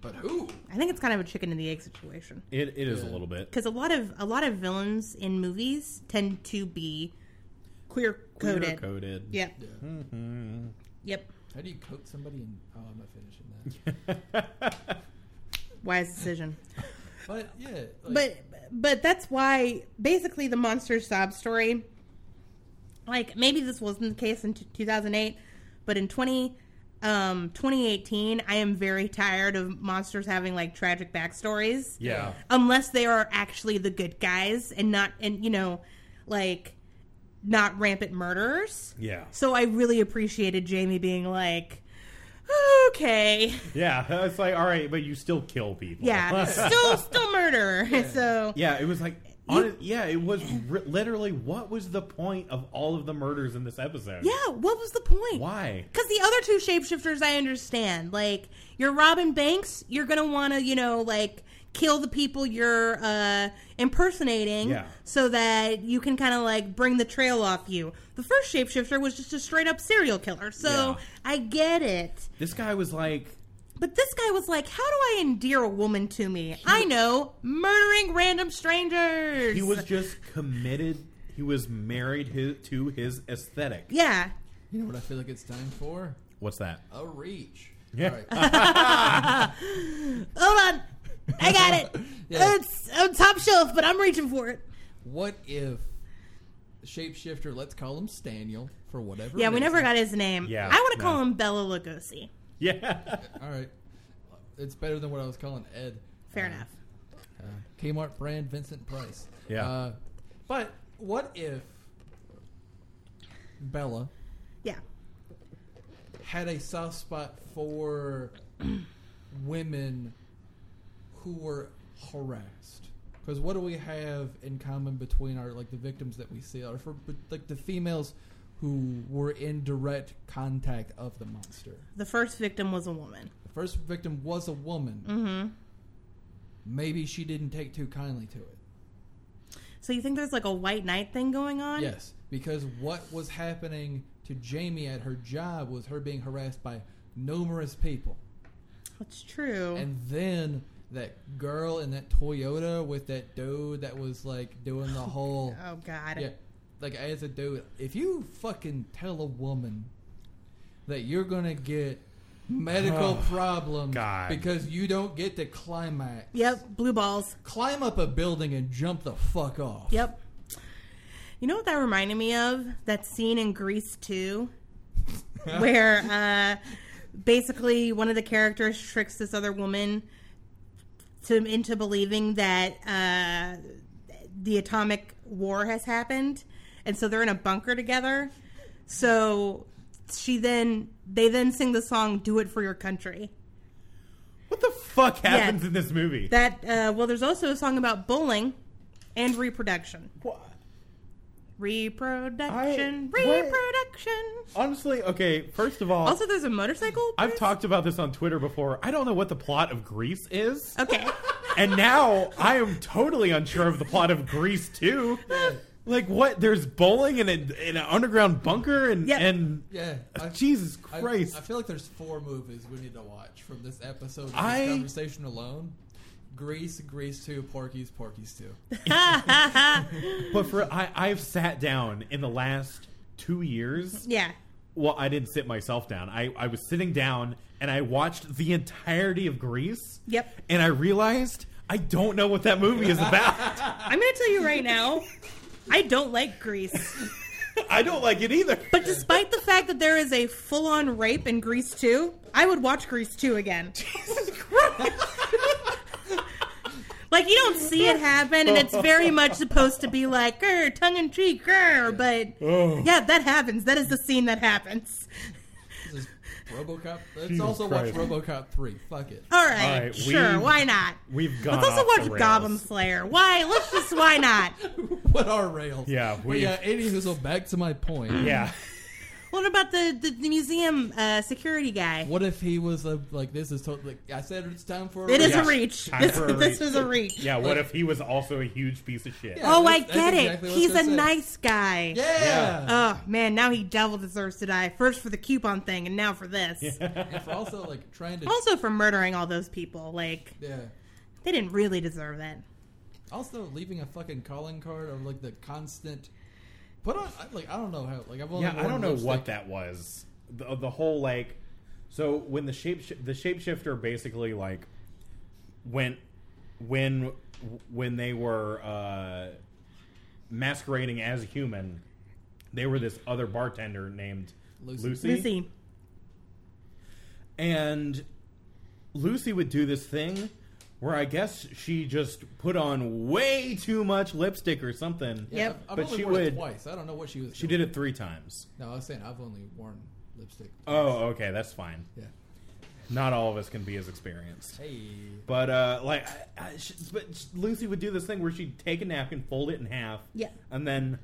Speaker 1: but who?
Speaker 3: I think it's kind of a chicken and the egg situation
Speaker 2: It it is a
Speaker 1: Yeah.
Speaker 2: little bit.
Speaker 3: because a lot of a lot of villains in movies tend to be queer coded.
Speaker 2: Coded.
Speaker 3: Yep.
Speaker 1: Yeah.
Speaker 3: Yep.
Speaker 1: How do you coat somebody? In, oh, I'm not finishing that.
Speaker 3: Wise decision.
Speaker 1: But yeah, like,
Speaker 3: but but that's why basically the monster sob story like maybe this wasn't the case in t- 2008 but in 20 um 2018 i am very tired of monsters having like tragic backstories
Speaker 2: Yeah.
Speaker 3: unless they are actually the good guys and not and you know like not rampant murderers
Speaker 2: Yeah.
Speaker 3: so i really appreciated jamie being like okay
Speaker 2: Yeah. [LAUGHS] It's like all right, but you still kill people. [LAUGHS]
Speaker 3: yeah still still murder [LAUGHS] so
Speaker 2: Yeah, it was like, honest, yeah, it was ri literally. What was the point of all of the murders in this episode?
Speaker 3: yeah what was the point
Speaker 2: Why?
Speaker 3: Because the other two shapeshifters, I understand. Like, you're Robin Banks, you're going to want to, you know, like, kill the people you're uh, impersonating
Speaker 2: Yeah.
Speaker 3: so that you can kind of, like, bring the trail off you. The first shapeshifter was just a straight up serial killer. So
Speaker 2: Yeah.
Speaker 3: I get it.
Speaker 2: This guy was like,
Speaker 3: But this guy was like, how do I endear a woman to me? I know, murdering random strangers.
Speaker 2: he was just committed. He was married his, to his aesthetic.
Speaker 3: Yeah.
Speaker 1: you know what I feel like it's time for?
Speaker 2: What's that?
Speaker 1: A reach.
Speaker 2: Yeah.
Speaker 1: All right.
Speaker 3: Hold on. I
Speaker 2: [LAUGHS]
Speaker 3: got it.
Speaker 1: Yeah.
Speaker 3: It's on top shelf, but I'm reaching for it.
Speaker 1: what if shapeshifter? Let's call him Staniel for whatever.
Speaker 3: Yeah, we
Speaker 1: reason.
Speaker 3: never got his name.
Speaker 2: Yeah,
Speaker 3: I want to
Speaker 2: no.
Speaker 3: call him Bella Lugosi.
Speaker 2: Yeah,
Speaker 1: All right, it's better than what I was calling Ed.
Speaker 3: Fair
Speaker 1: Uh,
Speaker 3: enough.
Speaker 1: uh, Kmart brand Vincent Price.
Speaker 2: Yeah.
Speaker 1: Uh, but what if Bella
Speaker 3: Yeah.
Speaker 1: had a soft spot for women who were harassed? Because what do we have in common between our like the victims that we see, or for but, like the females who were in direct contact of the monster?
Speaker 3: The first victim was a woman.
Speaker 1: The first victim was a woman. Mm-hmm. Maybe she didn't take too kindly to it.
Speaker 3: So you think there's like a white knight thing going on?
Speaker 1: Yes, because what was happening to Jamie at her job was her being harassed by numerous people.
Speaker 3: That's true.
Speaker 1: And then that girl in that Toyota with that dude that was like doing the whole
Speaker 3: oh god.
Speaker 1: yeah, like as a dude, if you fucking tell a woman that you're gonna get medical
Speaker 2: Oh,
Speaker 1: problems
Speaker 2: God.
Speaker 1: because you don't get to climax,
Speaker 3: Yep, blue balls.
Speaker 1: climb up a building and jump the fuck off.
Speaker 3: Yep. You know what that reminded me of? That scene in Grease 2 where uh basically one of the characters tricks this other woman to into believing that uh the atomic war has happened and so they're in a bunker together. So she then they then sing the song Do It for Your Country.
Speaker 2: [LAUGHS] what the fuck happens in this movie?
Speaker 3: That uh well there's also a song about bowling and reproduction.
Speaker 2: Wha-
Speaker 3: Reproduction.
Speaker 2: I- what?
Speaker 3: reproduction.
Speaker 2: Honestly, okay. First of all,
Speaker 3: Also, there's a motorcycle.
Speaker 2: I've
Speaker 3: race?
Speaker 2: talked about this on Twitter before. I don't know what the plot of Grease is,
Speaker 3: Okay.
Speaker 2: and now I am totally unsure of the plot of Grease too. Like what? There's bowling in, a, in an underground bunker, and
Speaker 3: Yep.
Speaker 2: and
Speaker 1: Yeah. I-
Speaker 2: [LAUGHS] Jesus
Speaker 1: I-
Speaker 2: Christ.
Speaker 1: I, feel like there's four movies we need to watch from this episode of this
Speaker 2: I-
Speaker 1: conversation alone. Grease, Grease 2, Porky's, Porky's 2.
Speaker 2: but for I, I've sat down in the last two years.
Speaker 3: yeah.
Speaker 2: Well, I didn't sit myself down. I, I was sitting down and I watched the entirety of Grease.
Speaker 3: Yep.
Speaker 2: And I realized I don't know what that movie is about.
Speaker 3: [LAUGHS] I'm gonna tell you right now. I don't like Grease,
Speaker 2: I don't like it either.
Speaker 3: but despite the fact that there is a full-on rape in Grease 2, I would watch Grease 2 again. like you don't see it happen, and it's very much supposed to be like "Grr,
Speaker 2: Oh.
Speaker 3: tongue in cheek, grr, but yeah, that happens. That is the scene that happens.
Speaker 1: This is RoboCop. Let's
Speaker 7: Jesus
Speaker 1: also watch
Speaker 7: Christ.
Speaker 1: RoBoCop three. Fuck it. [LAUGHS]
Speaker 3: All right,
Speaker 7: All right,
Speaker 3: sure,
Speaker 7: we've-
Speaker 3: why not?
Speaker 7: We've gone.
Speaker 3: Let's also
Speaker 7: off
Speaker 3: watch
Speaker 7: the rails.
Speaker 3: Goblin Slayer. Why? Let's just why not?
Speaker 1: what are rails?
Speaker 7: Yeah,
Speaker 1: But
Speaker 7: we-
Speaker 1: yeah. Anywho, so back to my point.
Speaker 7: Yeah.
Speaker 3: What about the the, the museum uh, security guy?
Speaker 1: What if he was a like this is totally? Like, I said it's time for a
Speaker 3: It is
Speaker 7: Yeah.
Speaker 3: a reach.
Speaker 7: Time
Speaker 3: This,
Speaker 7: for a
Speaker 3: this
Speaker 7: reach.
Speaker 3: is a reach.
Speaker 7: Yeah. What if he was also a huge piece of shit?
Speaker 1: Yeah.
Speaker 3: Oh, I
Speaker 1: that's-
Speaker 3: get
Speaker 1: that's
Speaker 3: it.
Speaker 1: exactly what I was
Speaker 3: He's a
Speaker 1: gonna say.
Speaker 3: nice guy.
Speaker 1: Yeah.
Speaker 3: Oh man, now he double deserves to die. First for the coupon thing, and now for this.
Speaker 1: and for also like trying to.
Speaker 3: Also for murdering all those people. Like
Speaker 1: yeah.
Speaker 3: they didn't really deserve that.
Speaker 1: Also leaving a fucking calling card of like the constant. Put on I- like I don't know how like I've only
Speaker 7: Yeah,
Speaker 2: I
Speaker 1: worn
Speaker 2: don't know
Speaker 1: lipstick.
Speaker 2: what that was. The, the whole like, so when the shape the shapeshifter basically like went when when they were uh, masquerading as a human, they were this other bartender named
Speaker 1: Lucy.
Speaker 3: Lucy.
Speaker 2: and Lucy would do this thing where I guess she just put on way too much lipstick or something.
Speaker 1: Yeah,
Speaker 3: Yep.
Speaker 1: I've, I've
Speaker 2: But
Speaker 1: only
Speaker 2: she
Speaker 1: worn it
Speaker 2: would-
Speaker 1: twice. I don't know what she was.
Speaker 2: She did it three times.
Speaker 1: No, I was saying I've only worn lipstick.
Speaker 2: Oh, okay, that's fine.
Speaker 1: Yeah.
Speaker 2: Not all of us can be as experienced.
Speaker 1: Hey.
Speaker 2: But uh, like, I, I, sh but sh- Lucy would do this thing where she'd take a napkin, fold it in half,
Speaker 3: Yeah.
Speaker 2: and then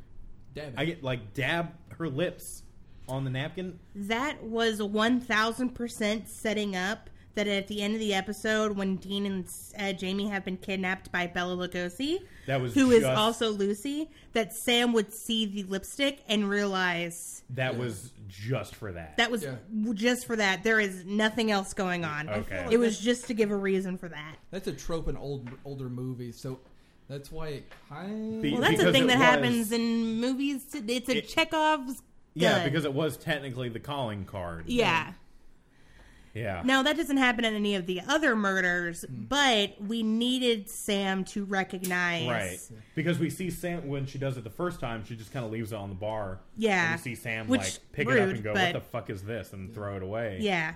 Speaker 1: Damn it.
Speaker 2: I get like dab her lips on the napkin.
Speaker 3: That was one thousand percent setting up that at the end of the episode, when Dean and uh, Jamie have been kidnapped by Bella Lugosi,
Speaker 2: That was
Speaker 3: who is
Speaker 2: just-
Speaker 3: also Lucy, that Sam would see the lipstick and realize
Speaker 2: That
Speaker 1: Yeah.
Speaker 2: was just for that.
Speaker 3: that was
Speaker 1: Yeah.
Speaker 3: w- just for that. There is nothing else going on.
Speaker 2: Okay.
Speaker 3: It was just to give a reason for that.
Speaker 1: That's a trope in old older movies, so that's why it kind.
Speaker 2: Be-
Speaker 3: Well, that's
Speaker 2: Because
Speaker 3: a thing
Speaker 2: it
Speaker 3: that
Speaker 2: was-
Speaker 3: happens in movies. to- It's a
Speaker 2: It-
Speaker 3: Chekhov's gun.
Speaker 2: yeah, because it was technically the calling card.
Speaker 3: yeah.
Speaker 2: Yeah.
Speaker 3: Now that doesn't happen in any of the other murders,
Speaker 2: Hmm.
Speaker 3: but we needed Sam to recognize.
Speaker 2: Right. Because we see Sam when she does it the first time, she just kind of leaves it on the bar.
Speaker 3: Yeah.
Speaker 2: And we see Sam
Speaker 3: Which,
Speaker 2: like pick it
Speaker 3: rude,
Speaker 2: up and go,
Speaker 3: but-
Speaker 2: "What the fuck is this?" and throw it away.
Speaker 3: Yeah.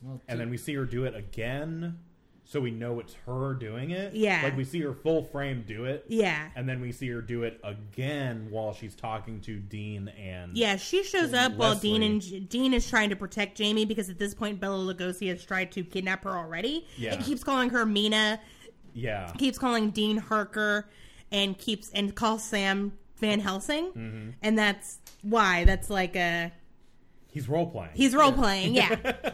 Speaker 1: Well,
Speaker 2: And then we see her do it again, so we know it's her doing it.
Speaker 3: Yeah.
Speaker 2: Like we see her full frame do it.
Speaker 3: Yeah.
Speaker 2: And then we see her do it again while she's talking to Dean and
Speaker 3: Yeah, she shows up while Dean
Speaker 2: Leslie.
Speaker 3: and J- Dean is trying to protect Jamie because at this point Bella Lugosi has tried to kidnap her already.
Speaker 2: Yeah.
Speaker 3: And keeps calling her Mina,
Speaker 2: Yeah.
Speaker 3: keeps calling Dean Harker, and keeps and calls Sam Van Helsing.
Speaker 2: Mm-hmm.
Speaker 3: And that's why. That's like a
Speaker 2: He's role playing.
Speaker 3: He's role
Speaker 2: [LAUGHS]
Speaker 3: playing, yeah.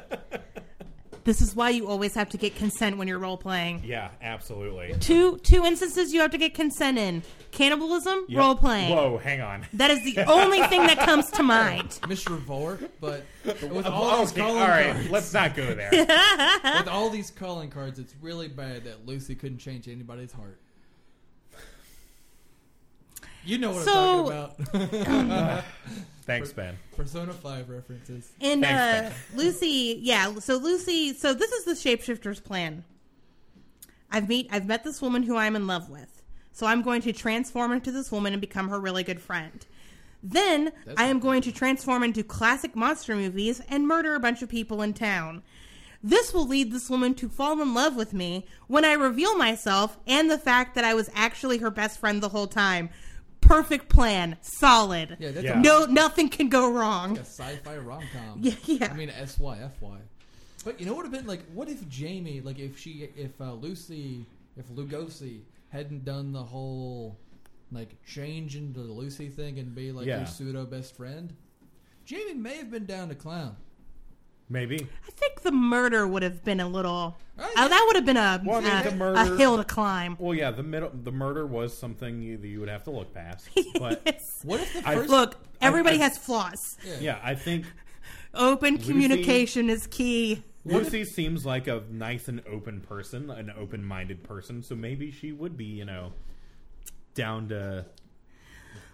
Speaker 3: this is why you always have to get consent when you're role playing.
Speaker 2: yeah, absolutely.
Speaker 3: Two two instances you have to get consent in. Cannibalism,
Speaker 2: Yep.
Speaker 3: role playing.
Speaker 2: Whoa, hang on.
Speaker 3: That is the only thing that comes to mind.
Speaker 1: Mr. Vor,
Speaker 2: [LAUGHS]
Speaker 1: but with [LAUGHS] all
Speaker 2: Oh,
Speaker 1: these
Speaker 2: okay,
Speaker 1: calling
Speaker 2: all right,
Speaker 1: cards,
Speaker 2: let's not go
Speaker 3: [LAUGHS]
Speaker 2: there.
Speaker 1: with all these calling cards, it's really bad that Lucy couldn't change anybody's heart. You know what I'm
Speaker 3: So-
Speaker 1: talking about. [LAUGHS]
Speaker 2: Thanks, Ben.
Speaker 1: Persona Five references.
Speaker 3: And uh,
Speaker 2: Thanks,
Speaker 3: Lucy, yeah. So Lucy, so this is the shapeshifter's plan. I've meet I've met this woman who I'm in love with. So I'm going to transform into this woman and become her really good friend. Then I am going to transform into classic monster movies and murder a bunch of people in town. This will lead this woman to fall in love with me when I reveal myself and the fact that I was actually her best friend the whole time. Perfect plan, solid.
Speaker 1: Yeah, that's
Speaker 2: Yeah.
Speaker 1: A,
Speaker 3: No, nothing can go wrong.
Speaker 1: a sci-fi rom-com.
Speaker 3: [LAUGHS] Yeah, yeah.
Speaker 1: I mean, SYFY. But you know what would have been like? What if Jamie, like, if she, if uh, Lucy, if Lugosi hadn't done the whole like change into the Lucy thing and be like
Speaker 2: Yeah.
Speaker 1: your pseudo best friend? Jamie may have been down to clown.
Speaker 2: Maybe.
Speaker 3: I think the murder would have been a
Speaker 1: Oh,
Speaker 3: little. Oh,
Speaker 1: yeah.
Speaker 3: that would have been a,
Speaker 2: Well, I mean,
Speaker 3: a-
Speaker 2: the
Speaker 3: a
Speaker 2: murder-
Speaker 3: hill to climb.
Speaker 2: Well, yeah, the middle, the murder was something you, that you would have to look
Speaker 3: [LAUGHS]
Speaker 2: past. But
Speaker 3: Yes.
Speaker 1: What if the
Speaker 2: I-
Speaker 1: first
Speaker 3: Look, everybody
Speaker 2: I-
Speaker 3: has flaws.
Speaker 2: yeah, I think
Speaker 3: Open communication is key.
Speaker 2: Lucy seems like a nice and open person, an open-minded person. So maybe she would be, you know, down to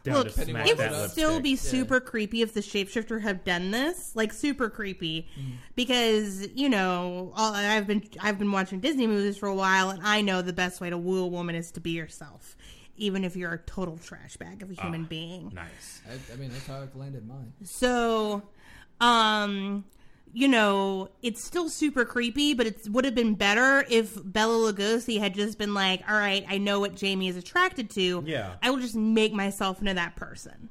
Speaker 2: down
Speaker 3: Look,
Speaker 2: to smack
Speaker 3: it
Speaker 2: that
Speaker 3: would
Speaker 1: lipstick.
Speaker 3: still be
Speaker 2: lipstick.
Speaker 3: super creepy if the shapeshifter had done this, like super creepy,
Speaker 2: Mm.
Speaker 3: because you know all, I've been I've been watching Disney movies for a while, and I know the best way to woo a woman is to be yourself, even if you're a total trash bag
Speaker 2: Ah.
Speaker 3: of a human being.
Speaker 2: nice.
Speaker 1: I, I mean, that's how it landed mine.
Speaker 3: So, um, you know, it's still super creepy, but it would have been better if Bella Lugosi had just been like, "All right, I know what Jamie is attracted to.
Speaker 2: Yeah.
Speaker 3: I will just make myself into that person."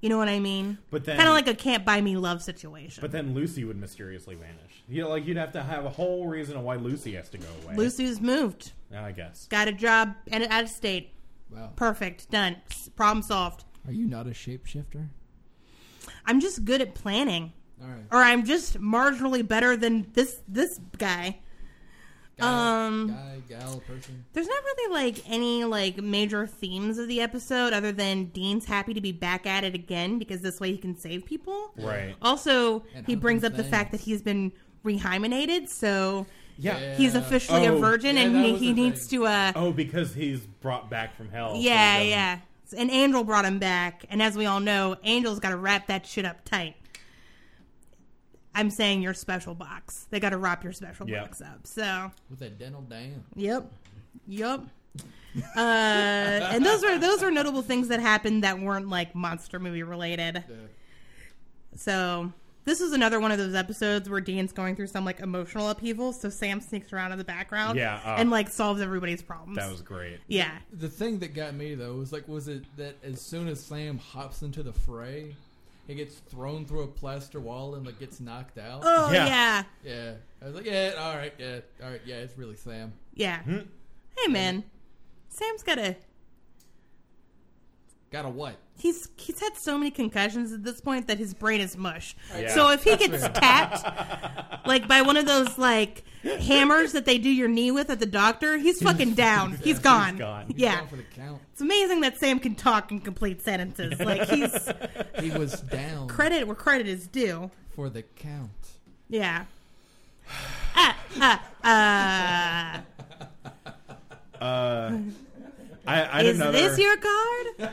Speaker 3: You know what I mean?
Speaker 2: But then-
Speaker 3: kind of like a can't buy me love situation.
Speaker 2: But then Lucy would mysteriously vanish. You know, like you'd have to have a whole reason of why Lucy has to go away.
Speaker 3: Lucy's moved,
Speaker 2: Now I guess.
Speaker 3: got a job, and out of state.
Speaker 1: Wow.
Speaker 3: Perfect, done. S- Problem solved.
Speaker 1: Are you not a shapeshifter?
Speaker 3: I'm just good at planning,
Speaker 1: All right.
Speaker 3: or I'm just marginally better than this this guy.
Speaker 1: Guy,
Speaker 3: um,
Speaker 1: guy, gal, person.
Speaker 3: There's not really like any like major themes of the episode other than Dean's happy to be back at it again because this way he can save people.
Speaker 2: Right.
Speaker 3: Also,
Speaker 1: And
Speaker 3: he
Speaker 1: hunting
Speaker 3: brings up the
Speaker 1: things.
Speaker 3: fact that he's been rehymenated, so
Speaker 2: Yeah.
Speaker 3: he's
Speaker 1: Yeah.
Speaker 3: officially
Speaker 2: Oh,
Speaker 3: a virgin
Speaker 1: yeah,
Speaker 3: and
Speaker 1: that
Speaker 3: he,
Speaker 1: was
Speaker 3: he
Speaker 1: the thing.
Speaker 3: needs to uh
Speaker 2: Oh, because he's brought back from hell. so he
Speaker 3: yeah,
Speaker 2: doesn't-
Speaker 3: yeah. And Angel brought him back, and as we all know, Angel's got to wrap that shit up tight. I'm saying your special box. They got to wrap your special
Speaker 2: Yeah.
Speaker 3: box up. So,
Speaker 1: With that dental dam.
Speaker 3: Yep. Yep. uh, and those are those are notable things that happened that weren't like monster movie related.
Speaker 2: Um,
Speaker 3: So this is another one of those episodes where Dean's going through some like emotional upheaval, so Sam sneaks around in the background
Speaker 2: Yeah, uh,
Speaker 3: and like solves everybody's problems.
Speaker 2: That was great.
Speaker 3: yeah.
Speaker 1: The thing that got me though was like, was it that as soon as Sam hops into the fray, he gets thrown through a plaster wall and like gets knocked out.
Speaker 3: Oh yeah.
Speaker 2: Yeah.
Speaker 3: Yeah.
Speaker 1: Yeah, I was like, yeah, all right, yeah, all right, yeah, it's really Sam.
Speaker 2: Hmm?
Speaker 3: Hey man. Sam's got a
Speaker 1: Got a what?
Speaker 3: he's he's had so many concussions at this point that his brain is mush.
Speaker 2: Oh, Yeah.
Speaker 3: So if he gets tapped
Speaker 2: [LAUGHS]
Speaker 3: like by one of those like hammers that they do your knee with at the doctor, he's
Speaker 2: [LAUGHS]
Speaker 3: fucking down. He's gone.
Speaker 2: gone. He's
Speaker 3: Yeah.
Speaker 1: Down for the count.
Speaker 3: It's amazing that Sam can talk in complete sentences.
Speaker 2: [LAUGHS]
Speaker 3: Like he's
Speaker 1: He was down
Speaker 3: credit where credit is due.
Speaker 1: for the count.
Speaker 2: [SIGHS]
Speaker 3: Yeah. Ah, ah, ah.
Speaker 2: I, I had
Speaker 3: is
Speaker 2: another.
Speaker 3: this your card?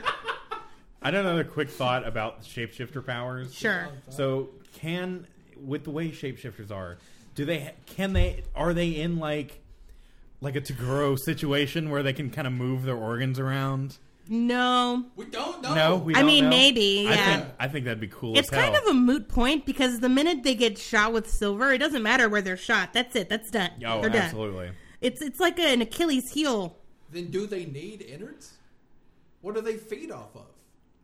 Speaker 2: I had another quick thought about shapeshifter powers.
Speaker 3: Sure.
Speaker 2: So can with the way shapeshifters are, do they can they are they in like like a Tagoro situation where they can kind of move their organs around?
Speaker 3: No.
Speaker 1: We don't know.
Speaker 2: No, we
Speaker 3: Oh. I
Speaker 2: don't
Speaker 3: mean,
Speaker 2: know.
Speaker 3: maybe,
Speaker 2: I
Speaker 3: yeah.
Speaker 2: think I think that'd be cool.
Speaker 3: It's
Speaker 2: as hell.
Speaker 3: kind of a moot point because the minute they get shot with silver, it doesn't matter where they're shot. That's it. That's done.
Speaker 2: oh,
Speaker 3: they're done.
Speaker 2: absolutely.
Speaker 3: It's it's like an Achilles heel.
Speaker 1: Then do they need innards? What do they feed off of?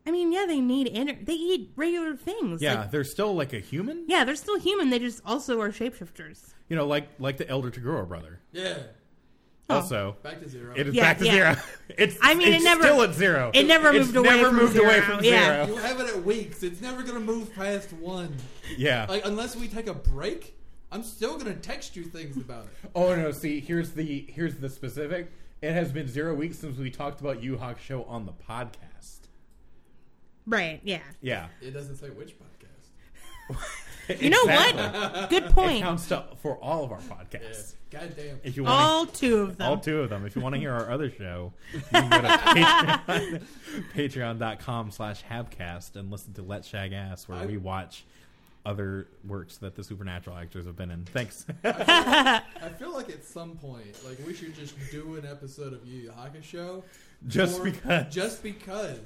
Speaker 3: I mean, yeah, they need inner. They eat regular things.
Speaker 2: Yeah,
Speaker 3: Like,
Speaker 2: they're still like a human.
Speaker 3: yeah, they're still human. They just also are shapeshifters.
Speaker 2: You know, like like the elder Tagoro brother.
Speaker 1: Yeah,
Speaker 3: Oh.
Speaker 2: Also,
Speaker 1: back to zero.
Speaker 2: it is
Speaker 3: Yeah,
Speaker 2: back to
Speaker 3: yeah.
Speaker 2: zero. [LAUGHS] it's
Speaker 3: I mean, it
Speaker 2: it's
Speaker 3: never-
Speaker 2: still at zero.
Speaker 3: it never
Speaker 2: It's
Speaker 3: moved away
Speaker 2: never
Speaker 3: from
Speaker 2: moved away
Speaker 3: zero.
Speaker 2: from
Speaker 3: Yeah.
Speaker 1: you
Speaker 2: zero.
Speaker 1: have it at weeks. It's never gonna move past one.
Speaker 2: Yeah.
Speaker 1: Like unless we take a break, I'm still gonna text you things about it.
Speaker 2: Oh no! See, here's the here's the specific. It has been zero weeks since we talked about Yu Hawk Show on the podcast.
Speaker 3: Right. Yeah.
Speaker 2: Yeah,
Speaker 1: It doesn't say which podcast.
Speaker 3: You know
Speaker 2: Exactly.
Speaker 3: what? Good
Speaker 2: It
Speaker 3: point.
Speaker 2: counts to, for all of our
Speaker 1: Yeah.
Speaker 2: podcasts.
Speaker 1: God damn.
Speaker 2: If you want all,
Speaker 3: All two of them.
Speaker 2: all two of them. If you want to hear our other show, you can [LAUGHS] go to Patreon, patreon.com slash Habcast and listen to Let Shag Ass, where
Speaker 1: I-
Speaker 2: we watch other works that the supernatural actors have been in. Thanks.
Speaker 1: I feel like at some point, like we should just do an episode of Yu Yu Hakusho,
Speaker 2: Just
Speaker 1: or-
Speaker 2: because.
Speaker 1: just
Speaker 2: [SIGHS]
Speaker 1: because.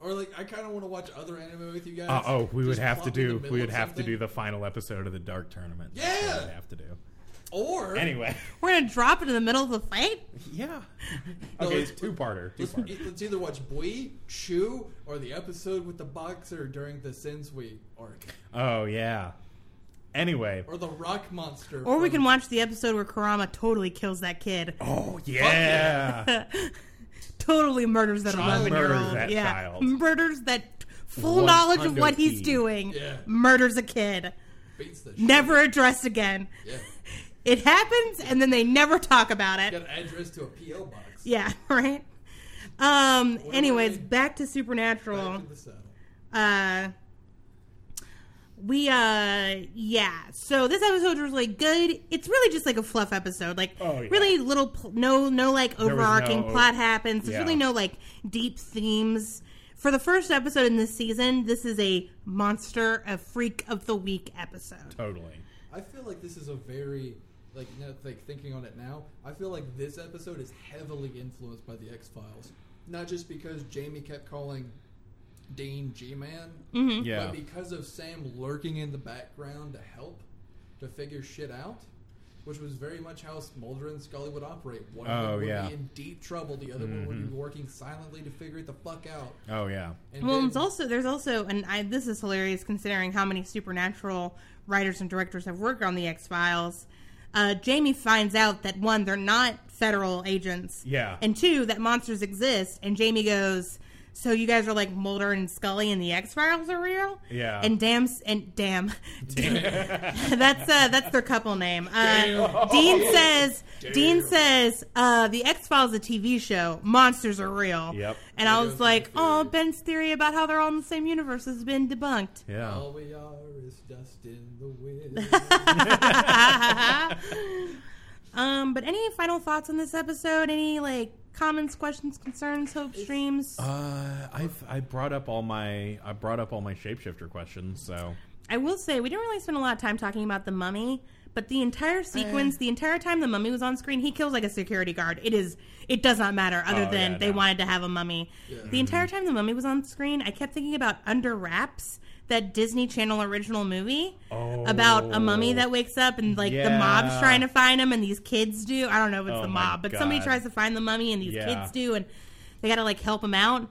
Speaker 1: or like, I kind of want to watch other anime with you guys.
Speaker 2: Uh, oh, we would
Speaker 1: Just
Speaker 2: have to
Speaker 1: plop in the
Speaker 2: do
Speaker 1: middle
Speaker 2: we would
Speaker 1: of
Speaker 2: have to do
Speaker 1: something.
Speaker 2: the final episode of the Dark Tournament.
Speaker 1: Yeah!
Speaker 2: we'd have to do.
Speaker 1: Or
Speaker 2: Anyway,
Speaker 3: We're gonna drop it in the middle of the fight.
Speaker 2: [LAUGHS] yeah.
Speaker 1: No,
Speaker 2: Okay,
Speaker 1: let's-
Speaker 2: it's two parter. Two
Speaker 1: Let's,
Speaker 2: parter.
Speaker 1: let's either watch Bui, Shu, or the episode with the boxer during the Sensui arc,
Speaker 2: Oh yeah. Anyway.
Speaker 1: or the rock monster.
Speaker 3: Or we
Speaker 1: from-
Speaker 3: can watch the episode where Karama totally kills that kid.
Speaker 2: Oh yeah.
Speaker 3: Totally murders that
Speaker 1: Child
Speaker 3: eleven year
Speaker 2: murders
Speaker 3: old.
Speaker 2: that
Speaker 3: Yeah.
Speaker 2: child.
Speaker 3: Murders that full knowledge of what he's
Speaker 2: 100p.
Speaker 3: doing.
Speaker 1: Yeah.
Speaker 3: Murders a kid.
Speaker 1: beats the shit.
Speaker 3: Never addressed again.
Speaker 1: Yeah,
Speaker 3: It happens and then they never talk about it.
Speaker 1: got an address to a PO box.
Speaker 3: Yeah, [LAUGHS] right? Um
Speaker 1: Where
Speaker 3: anyways,
Speaker 1: were we?
Speaker 3: back to
Speaker 1: Back
Speaker 3: Supernatural.
Speaker 1: to the saddle.
Speaker 3: Uh we uh yeah. So this episode was like good. It's really just like a fluff episode. Like
Speaker 2: Oh, yeah.
Speaker 3: really little pl- no no like
Speaker 2: was
Speaker 3: overarching
Speaker 2: no-
Speaker 3: plot happens. There's
Speaker 2: Yeah.
Speaker 3: really no like deep themes. For the first episode in this season, this is a monster a freak of the week episode.
Speaker 2: Totally.
Speaker 1: I feel like this is a very like you know, like thinking on it now. I feel like this episode is heavily influenced by the X Files, not just because Jamie kept calling Dean G Man,
Speaker 3: Mm-hmm.
Speaker 2: Yeah.
Speaker 1: but because of Sam lurking in the background to help to figure shit out. which was very much how Smolder and Scully would operate. One of
Speaker 2: Oh,
Speaker 1: them would
Speaker 2: yeah. Mm-hmm.
Speaker 1: be in deep trouble, the other one would be working silently to figure it the fuck out.
Speaker 2: Oh yeah.
Speaker 1: And
Speaker 3: Well,
Speaker 1: then-
Speaker 3: it's also there's also, and I, this is hilarious considering how many supernatural writers and directors have worked on the X Files. Uh, Jamie finds out that one, they're not federal agents.
Speaker 2: Yeah.
Speaker 3: And two, that monsters exist. And Jamie goes, "So you guys are like Mulder and Scully, and the X Files are real."
Speaker 2: Yeah.
Speaker 3: And damn, s- and damn, [LAUGHS] that's uh, that's their couple name. Uh, Dean says, Dean says, uh, the X Files a TV show. Monsters are real.
Speaker 2: Yep.
Speaker 3: And I
Speaker 1: There
Speaker 3: was
Speaker 1: goes
Speaker 3: like,
Speaker 1: my
Speaker 3: oh,
Speaker 1: theory.
Speaker 3: Ben's theory about how they're all in the same universe has been debunked.
Speaker 2: Yeah.
Speaker 1: All we are is dust in the wind.
Speaker 3: [LAUGHS] Um, but any final thoughts on this episode? Any like comments, questions, concerns, hopes, dreams?
Speaker 2: Uh, I've I brought up all my I brought up all my shapeshifter questions. So
Speaker 3: I will say we didn't really spend a lot of time talking about the mummy, but the entire sequence, the entire time the mummy was on screen, he kills like a security guard. It is it does not matter other
Speaker 2: Oh,
Speaker 3: than
Speaker 2: yeah,
Speaker 3: they
Speaker 2: no. Mm-hmm.
Speaker 3: wanted to have a mummy. The entire time the mummy was on screen, I kept thinking about Under Wraps, that Disney Channel original movie about a mummy that wakes up and like the mob's
Speaker 2: Oh. Yeah.
Speaker 3: trying to find him and these kids do. I don't know if it's
Speaker 2: Oh
Speaker 3: the
Speaker 2: my
Speaker 3: mob, but somebody
Speaker 2: God.
Speaker 3: tries to find the mummy and these
Speaker 2: Yeah.
Speaker 3: kids do and they got to like help him out.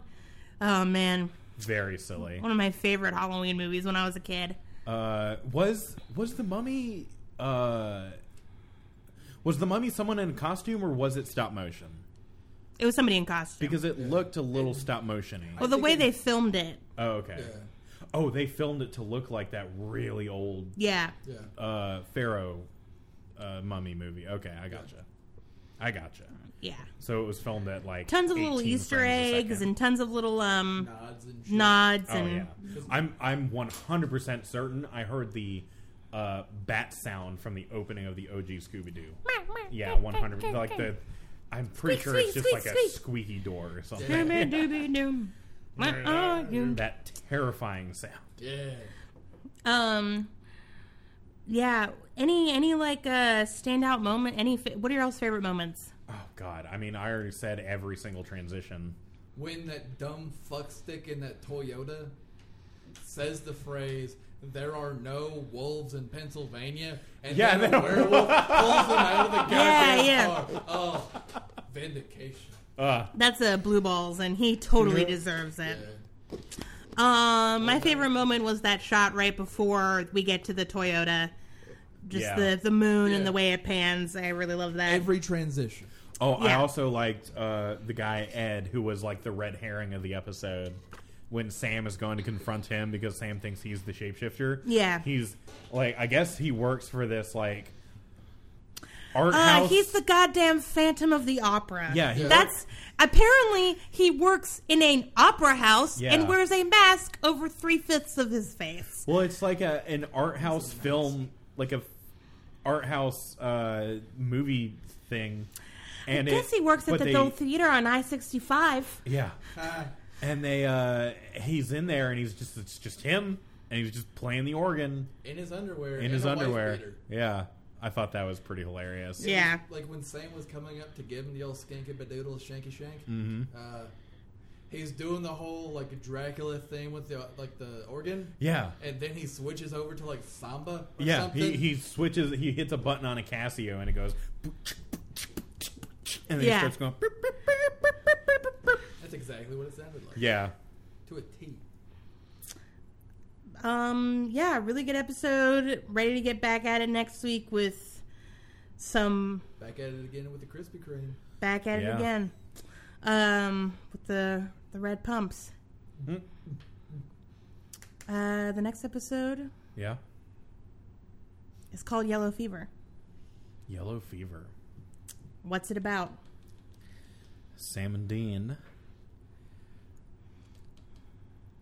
Speaker 3: Oh man,
Speaker 2: very silly.
Speaker 3: one of my favorite Halloween movies when I was a kid.
Speaker 2: Uh, was was the mummy uh was the mummy someone in costume or was it stop motion?
Speaker 3: It was somebody in costume.
Speaker 2: Because it looked a little stop motiony.
Speaker 3: well, the way they filmed it,
Speaker 2: Oh, okay.
Speaker 1: yeah,
Speaker 2: Oh, they filmed it to look like that really old
Speaker 3: yeah.
Speaker 1: yeah.
Speaker 2: uh pharaoh uh, mummy movie. Okay, I gotcha. I gotcha.
Speaker 3: Yeah.
Speaker 2: So it was filmed at like
Speaker 3: Tons of little
Speaker 2: 18
Speaker 3: Easter
Speaker 2: frames a
Speaker 3: eggs
Speaker 2: second.
Speaker 3: and tons of little um
Speaker 1: Nods and shit.
Speaker 3: nods
Speaker 2: Oh yeah,
Speaker 3: and
Speaker 2: I'm I'm 100 percent certain. I heard the uh, bat sound from the opening of the OG Scooby Doo. Yeah, 100 like the. I'm pretty
Speaker 3: Squeak,
Speaker 2: sure it's
Speaker 3: squeak,
Speaker 2: just like
Speaker 3: squeak,
Speaker 2: a
Speaker 3: squeak.
Speaker 2: squeaky door or something. [LAUGHS]
Speaker 3: Dooby-dooby-doom. What are you?
Speaker 2: That terrifying sound.
Speaker 1: Yeah.
Speaker 3: Um yeah, any any like uh standout moment, any fa- what are your all's favorite moments?
Speaker 2: Oh God! I mean, I already said every single transition.
Speaker 1: When that dumb fuckstick in that Toyota says the phrase, there are no wolves in Pennsylvania, and
Speaker 2: Yeah,
Speaker 1: then
Speaker 2: they
Speaker 1: a
Speaker 2: don't-
Speaker 1: werewolf pulls them out of the goddamn
Speaker 3: Yeah,
Speaker 1: car. Oh, vindication.
Speaker 2: Uh,
Speaker 3: That's a blue balls and he totally deserves it.
Speaker 1: Yeah.
Speaker 3: Um, my favorite moment was that shot right before we get to the Toyota. Just
Speaker 2: Yeah.
Speaker 3: the, the moon and
Speaker 1: Yeah.
Speaker 3: the way it pans. I really love that.
Speaker 1: Every transition.
Speaker 2: oh, I
Speaker 3: Yeah.
Speaker 2: also liked uh, the guy Ed, who was like the red herring of the episode. When Sam is going to confront him because Sam thinks he's the shapeshifter.
Speaker 3: Yeah.
Speaker 2: he's like, I guess he works for this like art
Speaker 3: uh,
Speaker 2: house.
Speaker 3: he's the goddamn Phantom of the Opera.
Speaker 2: Yeah, he-
Speaker 3: that's apparently he works in an opera house
Speaker 2: Yeah.
Speaker 3: and wears a mask over three fifths of his face.
Speaker 2: Well, it's like a an art house film, like a f- art house uh, movie thing. And
Speaker 3: I guess
Speaker 2: it-
Speaker 3: he works at
Speaker 2: but
Speaker 3: the
Speaker 2: they-
Speaker 3: Dole Theater on I sixty five.
Speaker 2: Yeah, and they uh, he's in there, and he's just it's just him, and he's just playing the organ
Speaker 1: In his underwear.
Speaker 2: in
Speaker 1: and
Speaker 2: his
Speaker 1: a wife
Speaker 2: underwear.
Speaker 1: beater.
Speaker 2: Yeah, I thought that was pretty hilarious.
Speaker 3: Yeah.
Speaker 1: Like when Sam was coming up to give him the old skanky badoodle shanky shank. Uh, he's doing the whole like Dracula thing with the like the organ.
Speaker 2: yeah,
Speaker 1: And then he switches over to like samba. Or
Speaker 2: yeah.
Speaker 1: Something.
Speaker 2: He, he switches. He hits a button on a Casio, and it goes. And then
Speaker 3: Yeah.
Speaker 2: he starts going.
Speaker 1: That's exactly what it sounded like.
Speaker 2: Yeah,
Speaker 1: To a T.
Speaker 3: Um, yeah, really good episode. Ready to get back at it next week with some
Speaker 1: Back at it again with the Krispy Kreme.
Speaker 3: back at it
Speaker 2: Yeah.
Speaker 3: again. Um, with the the red pumps.
Speaker 2: Mhm.
Speaker 3: Uh, the next episode
Speaker 2: yeah.
Speaker 3: is called Yellow Fever.
Speaker 2: Yellow fever.
Speaker 3: What's it about?
Speaker 2: Sam and Dean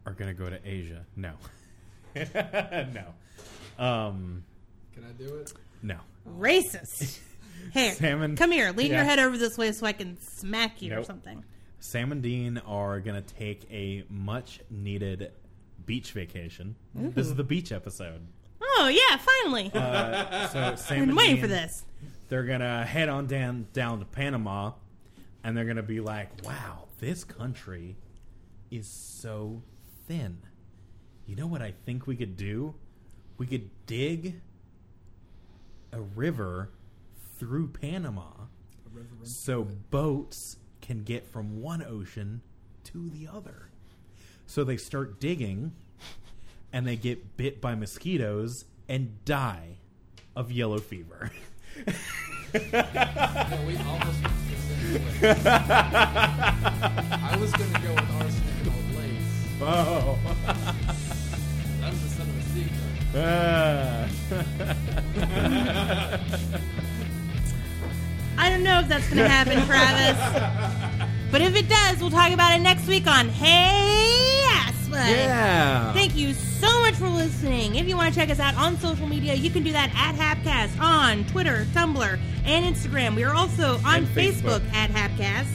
Speaker 2: are gonna go to Asia. No, [LAUGHS] no, um,
Speaker 1: Can I do it?
Speaker 2: no. [LAUGHS]
Speaker 3: Racist. Hey,
Speaker 2: Salmon-
Speaker 3: come here. Lean your
Speaker 2: yeah.
Speaker 3: head over this way so I can smack you or
Speaker 2: Nope.
Speaker 3: something.
Speaker 2: Sam and Dean are gonna take a much-needed beach vacation. This is the beach episode.
Speaker 3: Oh yeah, finally.
Speaker 2: Uh,
Speaker 3: [LAUGHS]
Speaker 2: so Sam
Speaker 3: I've been
Speaker 2: and
Speaker 3: waiting
Speaker 2: Dean,
Speaker 3: for this.
Speaker 2: They're gonna head on down down to Panama, and they're gonna be like, "Wow, this country is so thin." You know what I think we could do? We could dig a river
Speaker 5: through Panama so boats can get from one ocean to the other. So they start digging and they get bit by mosquitoes and die of yellow fever. [LAUGHS]
Speaker 1: we almost went the same way. I was going to go with arsenic and old lace.
Speaker 5: Oh. [LAUGHS]
Speaker 1: That was the son of a secret.
Speaker 3: I don't know if that's going to
Speaker 2: [LAUGHS]
Speaker 3: happen, Travis. But if it does, we'll talk about it next week on Hey Aspen.
Speaker 5: yeah.
Speaker 3: Thank you so much for listening. If you want to check us out on social media, you can do that at Hapcast on Twitter, Tumblr, and Instagram. We are also on
Speaker 5: And
Speaker 3: Facebook.
Speaker 5: Facebook.
Speaker 3: at Hapcast.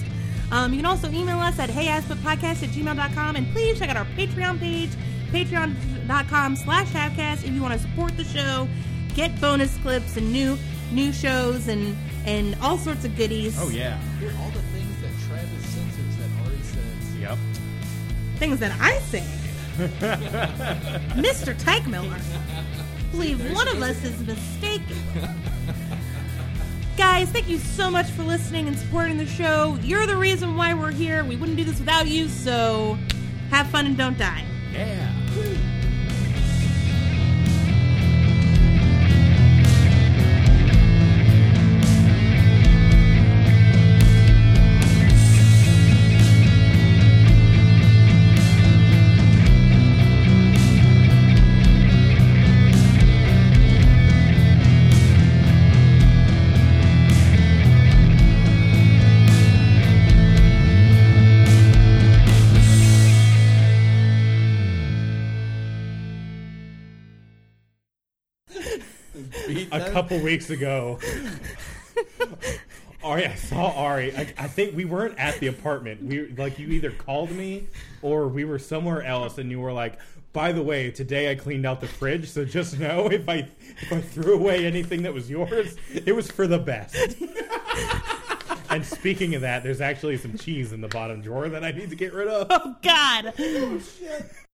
Speaker 3: Um, you can also email us at heyasputpodcast at gmail.com. And please check out our Patreon page, patreon.com slash Hapcast, if you want to support the show, get bonus clips and new new shows and, and all sorts of goodies.
Speaker 5: Oh yeah.
Speaker 1: Here are all the things that Travis censors that Ari says.
Speaker 5: Yep.
Speaker 3: things that I say. Mr. Tyke Miller. Believe one of us is mistaken. Guys, thank you so much for listening and supporting the show. You're the reason why we're here. We wouldn't do this without you, so have fun and don't die.
Speaker 5: Yeah.
Speaker 1: Beat
Speaker 2: a
Speaker 1: that.
Speaker 2: couple weeks ago. Ari, I saw Ari. I, I think we weren't at the apartment. We like you either called me or we were somewhere else, and you were like, "By the way, today I cleaned out the fridge, so just know if I if I threw away anything that was yours, it was for the best." and speaking of
Speaker 3: Oh,
Speaker 2: that, there's actually some cheese in the bottom drawer that I need to get rid of.
Speaker 3: God.